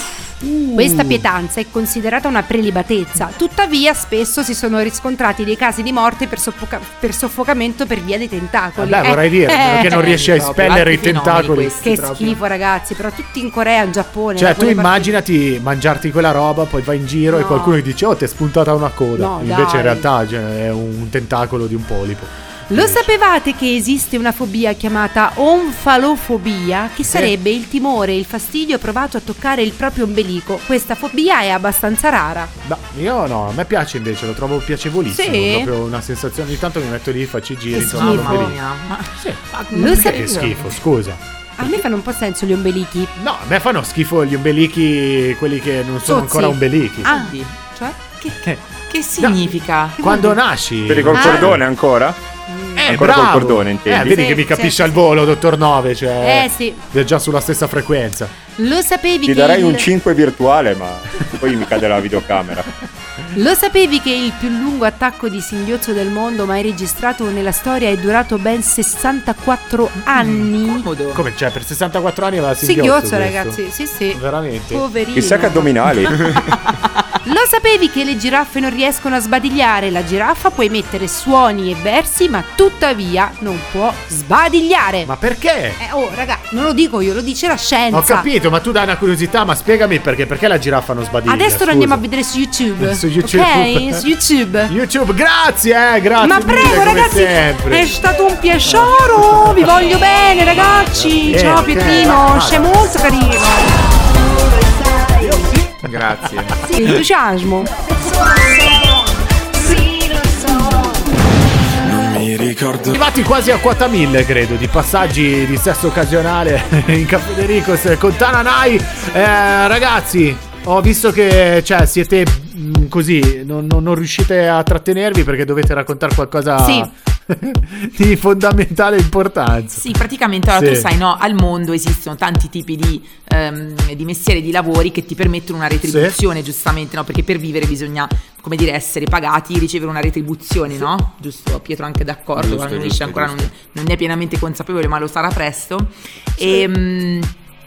S4: Questa pietanza è considerata una prelibatezza, tuttavia spesso si sono riscontrati dei casi di morte per, soffoca- per soffocamento per via dei tentacoli.
S5: Vabbè,
S4: Eh,
S5: vorrei dire,
S4: eh,
S5: perché non riesci a
S1: proprio,
S5: espellere
S1: altri
S5: i
S1: fenomeni
S5: tentacoli.
S1: questi.
S4: Che
S1: proprio.
S4: schifo ragazzi, però tutti in Corea, in Giappone. da
S5: Cioè, tu
S4: quelle parti-
S5: immaginati mangiarti quella roba, poi vai in giro e
S4: No.
S5: qualcuno ti dice, oh, ti è spuntata una coda.
S4: No,
S5: Invece
S4: dai.
S5: in realtà cioè, è un tentacolo di un polipo.
S4: Lo sapevate che esiste una fobia chiamata onfalofobia, che sarebbe il timore e il fastidio provato a toccare il proprio ombelico. Questa fobia è abbastanza rara.
S5: No, io no, a me piace invece, lo trovo piacevolissimo.
S4: Sì?
S5: Proprio una sensazione. Ogni tanto mi metto lì, faccio i giri,
S4: Che
S5: intorno
S4: schifo.
S5: all'ombelico.
S1: mia, ma
S5: Sì.
S4: Lo
S5: Perché
S4: sapevo.
S5: che schifo, scusa.
S4: A me fanno un po' senso gli ombelichi.
S5: No, a me fanno schifo gli ombelichi, quelli che non sono
S4: Sozzi.
S5: ancora ombelichi.
S4: Ah,
S1: Quindi,
S4: cioè?
S1: che, che significa?
S5: Quando nasci.
S6: Quelli col
S4: Ah.
S6: cordone ancora?
S5: Eh,
S6: Ancora col
S5: bravo.
S6: cordone, intendi?
S5: Eh, vedi
S4: Sì,
S5: che mi
S4: sì.
S5: capisce al volo, dottor Nove. Cioè,
S4: Eh, sì.
S5: È già sulla stessa frequenza.
S4: Lo sapevi
S6: Ti
S4: che
S6: darei
S4: il-
S6: un 5 virtuale, ma poi mi cade la videocamera.
S4: Lo sapevi che il più lungo attacco di singhiozzo del mondo mai registrato nella storia è durato ben 64 anni?
S1: Comodo.
S5: Come, cioè, per 64 anni aveva singhiozzo.
S4: Singhiozzo,
S5: questo.
S4: ragazzi, sì, sì.
S5: Veramente.
S4: Poverino.
S6: Chissà che addominali.
S4: Lo sapevi che le giraffe non riescono a sbadigliare? La giraffa può emettere suoni e versi, ma tuttavia non può sbadigliare.
S5: Ma perché?
S4: Eh, oh, raga, non lo dico io, lo dice la scienza.
S5: Ho capito, ma tu dai una curiosità, ma spiegami perché. Perché la giraffa non sbadiglia?
S4: Adesso
S5: scusa. Eh,
S4: lo andiamo a vedere su YouTube.
S5: Su YouTube.
S4: Ok, su YouTube.
S5: YouTube, grazie, eh, grazie.
S4: Ma
S5: mille,
S4: prego
S5: come
S4: ragazzi, eh,
S5: sempre.
S4: è stato un piacere, vi voglio bene ragazci,
S5: Eh,
S4: ciao
S5: ok,
S4: Pietrino,
S5: vai,
S4: sei
S5: vai.
S4: molto carino,
S9: Grazie.
S4: sì, entusiasmo.
S5: Arrivati quasi a quota 1000, credo, di passaggi di sesso occasionale in Caffedericos con Tananai. Eh, ragazzi, ho visto che cioè, siete mm, così, non, non- non riuscite a trattenervi perché dovete raccontare qualcosa
S4: Sì.
S5: di fondamentale importanza.
S1: Sì, praticamente allora
S5: Sì.
S1: tu sai, no, al mondo esistono tanti tipi di, ehm, di mestieri di lavori che ti permettono una retribuzione, giustamente, no? Perché per vivere bisogna, come dire, essere pagati, ricevere una retribuzione, no? Giusto, Pietro è anche d'accordo,
S9: Giusto,
S1: quando
S9: giusto,
S1: dice ancora non,
S9: giusto.
S1: non ne è pienamente consapevole, ma lo sarà presto. Ehm,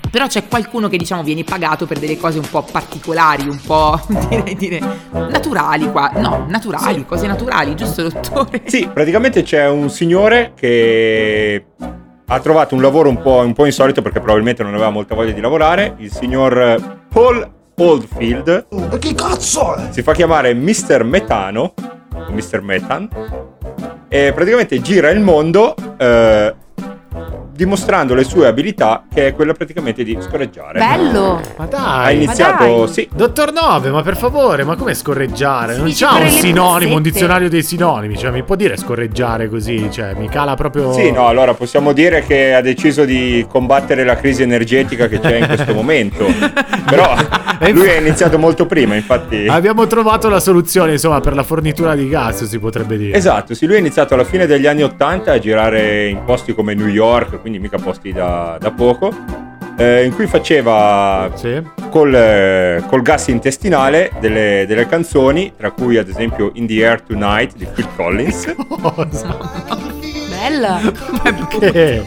S1: però c'è qualcuno che diciamo viene pagato per delle cose un po' particolari, un po' direi dire naturali qua. No, naturali, cose naturali, giusto dottore?
S6: Sì, praticamente c'è un signore che ha trovato un lavoro un po', un po' insolito perché probabilmente non aveva molta voglia di lavorare. Il signor Paul Oldfield. Ma che cazzo Si fa chiamare Mr. Metano. o Mr. Metan. E praticamente gira il mondo eh, dimostrando le sue abilità, che è quella praticamente di scorreggiare.
S4: Bello,
S5: Ma
S6: Ha
S5: dai,
S6: iniziato,
S4: dai.
S6: sì,
S5: dottor Nove, ma per favore, ma come scorreggiare?
S4: Si
S5: non
S4: dice
S5: c'ha
S4: pure
S5: un
S4: le
S5: sinonimo, un
S4: frasette.
S5: dizionario dei sinonimi, cioè mi può dire scorreggiare così, cioè mi cala proprio
S6: Sì, no, allora possiamo dire che ha deciso di combattere la crisi energetica che c'è in questo momento. Però
S5: E Ah,
S6: lui
S5: inf-
S6: è iniziato molto prima, infatti.
S5: Abbiamo trovato la soluzione, insomma, per la fornitura di gas, si potrebbe dire.
S6: Esatto, sì, lui è iniziato alla fine degli anni 80 a girare in posti come New York, quindi mica posti da, da poco, eh, in cui faceva
S5: Sì.
S6: col, eh, col gas intestinale delle, delle canzoni, tra cui ad esempio In the Air Tonight di Phil Collins,
S5: Cosa?
S4: bella.
S1: Cioè,
S5: Che-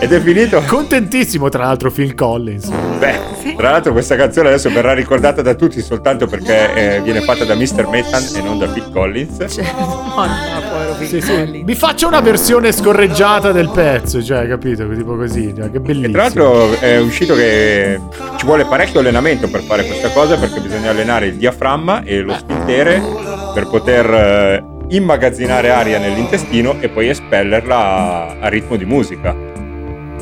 S6: ed è finito...
S5: Contentissimo, tra l'altro, Phil Collins.
S6: Beh, tra l'altro questa canzone adesso verrà ricordata da tutti soltanto perché eh, viene fatta da Mr. Metan e non da Pete Collins.
S1: Cioè, no, no, povero
S5: Sì, sì.
S1: Piccolli.
S5: Mi faccio una versione scorreggiata del pezzo, cioè, capito? Tipo così, cioè, che
S6: E
S5: bellissimo.
S6: tra l'altro è uscito che ci vuole parecchio allenamento per fare questa cosa perché bisogna allenare il diaframma e lo spintere per poter eh, immagazzinare aria nell'intestino e poi espellerla a, a ritmo di musica.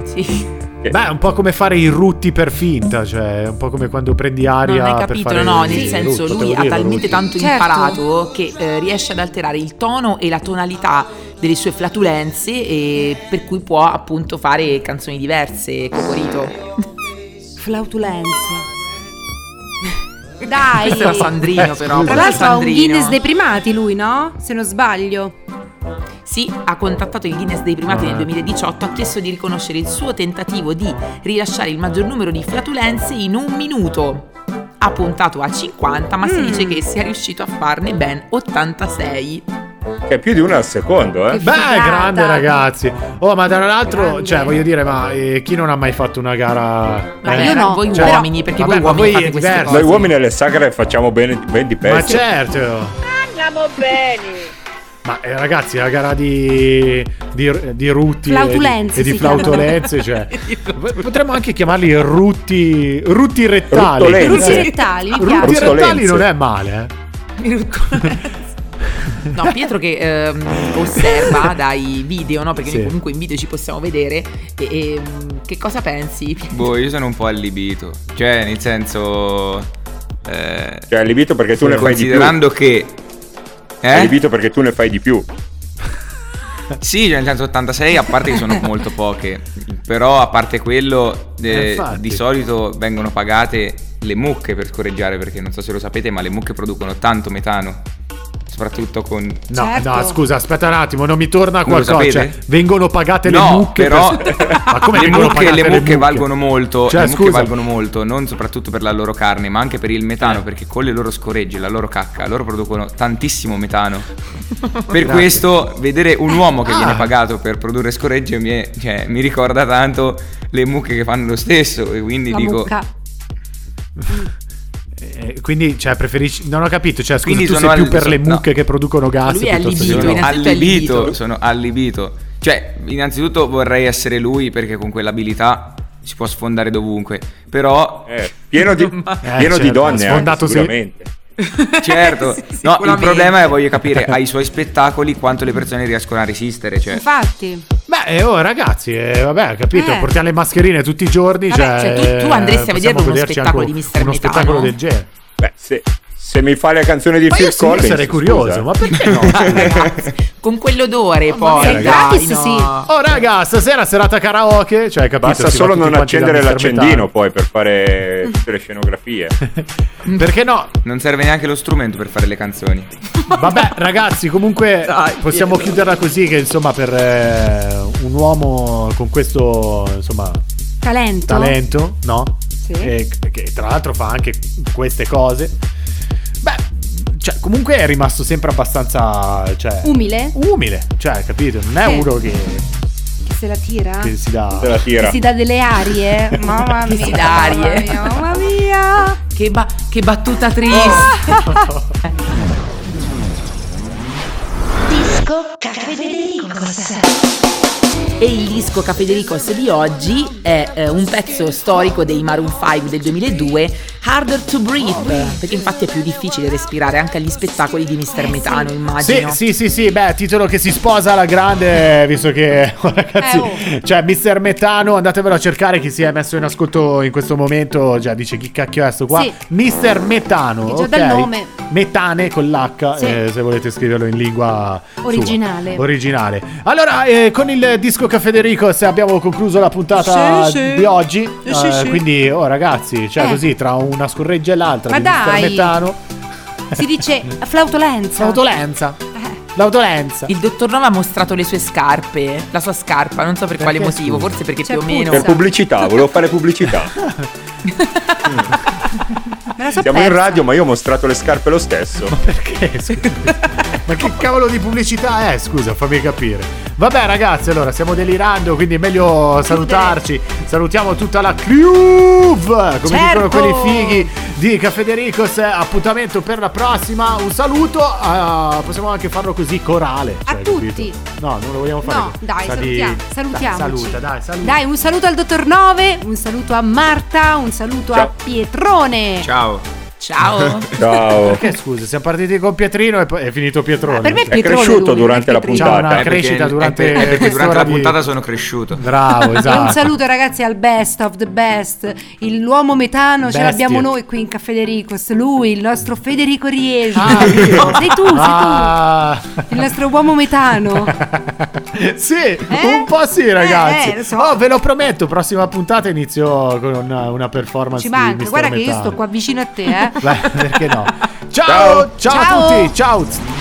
S1: Sì.
S5: Beh, è un po' come fare i rutti per finta, cioè, è un po' come quando prendi aria.
S1: Non hai
S5: per
S1: capito,
S5: fare
S1: no,
S5: i
S1: nel
S5: rutti,
S1: senso
S5: potevo
S1: lui ha
S5: dirlo,
S1: talmente
S5: rutti.
S1: tanto
S4: Certo.
S1: imparato che eh, riesce ad alterare il tono e la tonalità delle sue flatulenze e per cui può appunto fare canzoni diverse, Cocorito.
S4: Flautulenza. Dai.
S1: Questo era Sandrino però,
S5: Eh, scusa.
S4: Tra
S1: questo era
S4: l'altro ha un
S1: Sandrino.
S4: Guinness dei primati lui, no? Se non sbaglio.
S1: Sì, ha contattato il Guinness dei primati
S5: Ah.
S1: nel 2018, ha chiesto di riconoscere il suo tentativo di rilasciare il maggior numero di flatulenze in un minuto. Ha puntato a 50, ma si
S4: Mm.
S1: dice che sia riuscito a farne ben 86.
S6: Che è più di una al secondo, eh.
S5: Beh,
S1: figata.
S5: grande ragazzi. Oh, ma tra l'altro, cioè, voglio dire, ma eh, chi non ha mai fatto una gara?
S1: Ma
S5: Eh,
S1: io no, voi
S5: cioè,
S1: uomini, perché
S5: vabbè,
S1: voi
S5: ma
S1: uomini
S5: voi
S1: fate
S5: è
S1: queste
S5: diverso.
S1: cose.
S6: Noi uomini alle sagre facciamo bene, ben di
S5: Ma
S6: pezzi.
S5: certo. Ma eh, ragazzi, la gara di, di, di Rutti e di,
S4: Flautulenze
S5: e di
S4: si
S5: flautolenze, cioè, potremmo anche chiamarli Rutti, Rutti rettali. Eh,
S6: Ruttolenze.
S4: Rutti
S6: Sì.
S4: rettali, mi
S5: Rutti
S4: piace.
S6: Ruttolenze.
S5: rettali non è male, eh.
S1: No, Pietro che ehm, osserva dai video, no? Perché
S5: Sì.
S1: noi comunque in video ci possiamo vedere. E, e, mm, che cosa pensi?
S9: Boh, io sono un po' allibito. Cioè, nel senso. eh,
S6: Cioè, è libito perché tu ne fai di più.
S9: considerando che.
S6: È
S9: Eh?
S6: libito perché tu ne fai di più.
S9: Sì, cioè nel senso 86, a parte che sono molto poche. Però a parte quello, eh,
S5: Eh, infatti.
S9: di solito vengono pagate le mucche per scorreggiare, perché non so se lo sapete, ma le mucche producono tanto metano. Soprattutto con.
S5: No,
S4: Certo.
S5: no, scusa, aspetta un attimo, non mi torna
S9: Non lo
S5: qualcosa. Cioè,
S9: sapete?
S5: vengono pagate le
S9: no,
S5: mucche.
S9: però
S5: per- Ma come
S9: le,
S5: vengono
S9: mucche,
S5: pagate
S9: le mucche valgono molto,
S5: Cioè,
S9: le mucche
S5: scusa.
S9: valgono molto, non soprattutto per la loro carne, ma anche per il metano, perché con le loro scoregge, la loro cacca, loro producono tantissimo metano. Per questo vedere un uomo che
S5: Ah.
S9: viene pagato per produrre scoregge mi, è- cioè, mi ricorda tanto le mucche che fanno lo stesso e quindi
S4: La
S9: dico
S4: mucca.
S5: Eh, quindi, cioè, preferisci. Non ho capito. Cioè, scusa,
S9: Quindi
S5: tu sei
S9: sono
S5: più
S9: al-
S5: per le
S9: no.
S5: mucche che producono gas.
S1: Lui è
S5: piuttosto
S1: allibito,
S5: che-
S9: sono
S1: innanzitutto è allibito.
S9: allibito, sono allibito. Cioè, innanzitutto vorrei essere lui perché con quell'abilità si può sfondare dovunque, però
S6: Eh, pieno di,
S5: Eh,
S6: pieno di
S5: certo,
S6: donne, anche,
S5: sfondato sì.
S6: sicuramente.
S9: Certo,
S1: Sì,
S9: no, il
S1: sicuramente.
S9: problema è voglio capire ai suoi spettacoli quanto le persone riescono a resistere.
S5: Eh.
S9: Cioè,
S4: Infatti,
S5: Beh, eh, oh, ragazzi, eh, vabbè, ho capito.
S4: Eh.
S5: Portiamo le mascherine tutti i giorni.
S1: Vabbè,
S5: cioè,
S1: cioè, tu- tu andresti a vederlo
S5: eh, possiamo
S1: uno
S5: vederci
S1: spettacolo
S5: anche
S1: di Mr.
S5: Uno
S1: Metano?
S5: spettacolo del genere.
S6: Beh, se, se mi fai la canzone di
S5: Ma io
S6: Phil
S5: sì, io
S6: Collins...
S5: sarei curioso,
S6: scusa.
S5: ma perché no?
S1: Ragazzi, con quell'odore poi.
S4: mia,
S1: dai,
S4: gratis,
S1: no.
S4: sì.
S5: Oh raga, stasera serata karaoke, cioè capito?
S6: Basta
S5: si va
S6: solo
S5: tutti
S6: non
S5: quanti da
S6: accendere
S5: Mr. Metano.
S6: l'accendino poi per fare tutte le scenografie.
S5: Perché no?
S9: non serve neanche lo strumento per fare le canzoni.
S5: Vabbè, ragazzi, comunque
S1: Dai,
S5: possiamo
S1: Pietro.
S5: chiuderla così che insomma per eh, un uomo con questo insomma
S4: talento.
S5: talento, no?
S4: Sì.
S5: E che tra l'altro fa anche queste cose. Beh, cioè comunque è rimasto sempre abbastanza cioè
S4: Umile?
S5: umile, cioè, capito? Non è
S4: Sì. Ah.
S5: uno che,
S4: Che se la tira?
S5: che si dà
S6: Se la tira.
S4: Che si dà delle arie? Mamma mia.
S1: si dà arie.
S4: Mamma mia.
S1: Che, ba- che battuta triste.
S10: Disco Caffè Federicos.
S1: E il disco Cafedericos di oggi è eh, un pezzo storico dei Maroon 5 del 2002, Harder to Breathe, perché infatti è più difficile respirare anche agli spettacoli di Mr. Metano,
S5: Sì,
S1: immagino.
S5: sì, sì, sì, beh, titolo che si sposa alla grande, visto che oh, ragazzi,
S4: Eh, oh.
S5: cioè Mr. Metano, andatevelo a cercare chi si è messo in ascolto in questo momento, già dice chi cacchio è sto qua.
S4: Sì.
S5: Mr. Metano,
S4: Già
S5: ok?
S4: dal nome.
S5: Metane con l'H,
S4: Sì.
S5: eh, se volete scriverlo in lingua sua.
S4: Originale.
S5: Originale. Allora, eh, con il disco Cafederico se abbiamo concluso la puntata
S2: Sì, sì.
S5: di oggi,
S2: Sì, sì,
S5: Eh,
S2: sì.
S5: quindi oh ragazzi, cioè
S4: Eh.
S5: così tra una scorreggia e l'altra
S4: Ma
S5: di
S4: dai.
S5: Mr. Metano,
S4: Si dice flautolenza.
S5: l'autolenza,
S4: Eh.
S5: l'autolenza.
S1: Il dottor Nova ha mostrato le sue scarpe, la sua scarpa, non so per quale
S5: Perché,
S1: motivo,
S5: scusa? Cioè,
S1: forse perché
S4: C'è
S1: più o meno...
S6: Per pubblicità, volevo fare pubblicità.
S4: Me la so
S6: Siamo in
S4: persa.
S6: radio, ma io ho mostrato le scarpe lo stesso.
S5: Perché? scusa? Ma che cavolo di pubblicità è? Scusa, fammi capire. Vabbè, ragazzi, allora stiamo delirando, quindi è meglio salutarci. Salutiamo tutta la crew, come dicono
S4: Certo.
S5: quelli fighi di Cafedericos. Appuntamento per la prossima. Un saluto, ah, possiamo anche farlo così corale.
S4: A
S5: cioè, capito?
S4: tutti.
S5: No, non lo vogliamo fare.
S4: No,
S5: così.
S4: dai,
S5: Sa di-
S4: salutiamo,
S5: dai,
S4: salutiamoci.
S5: saluta, dai, saluta.
S4: Dai, un saluto al dottor Nove, un saluto a Marta, un saluto a
S6: Ciao.
S4: Pietrone.
S9: Ciao.
S1: Ciao!
S6: Ciao.
S5: Perché scusa, siamo partiti con Pietrino e poi è finito Pietrone.
S4: Ah, per me
S5: Cioè,
S6: È
S4: Pietrone
S6: cresciuto
S4: lui,
S6: durante la
S4: Pietrino.
S5: Ciao,
S6: puntata.
S5: una crescita
S9: perché-
S5: durante
S9: è per- è perché durante
S5: quest'ora
S9: la
S5: di-
S9: puntata sono cresciuto.
S5: Bravo, esatto.
S4: Un saluto ragazzi al best of the best, il l'uomo metano
S5: Bestie.
S4: ce l'abbiamo noi qui in Caffedericos, lui, il nostro Federico Riesi.
S5: Ah, io?
S4: sei tu, sei tu.
S5: Ah.
S4: Il nostro uomo metano.
S5: sì, un po' sì,
S4: Eh,
S5: ragazzi.
S4: eh, lo so.
S5: Oh, ve lo prometto, prossima puntata inizio con una, una performance
S4: Ci
S5: di
S4: manca,
S5: Mr.
S4: guarda che io
S5: Metano.
S4: sto qua vicino a te, eh.
S5: Beh, perché no? Ciao, ciao,
S4: Ciao.
S5: a tutti, ciao.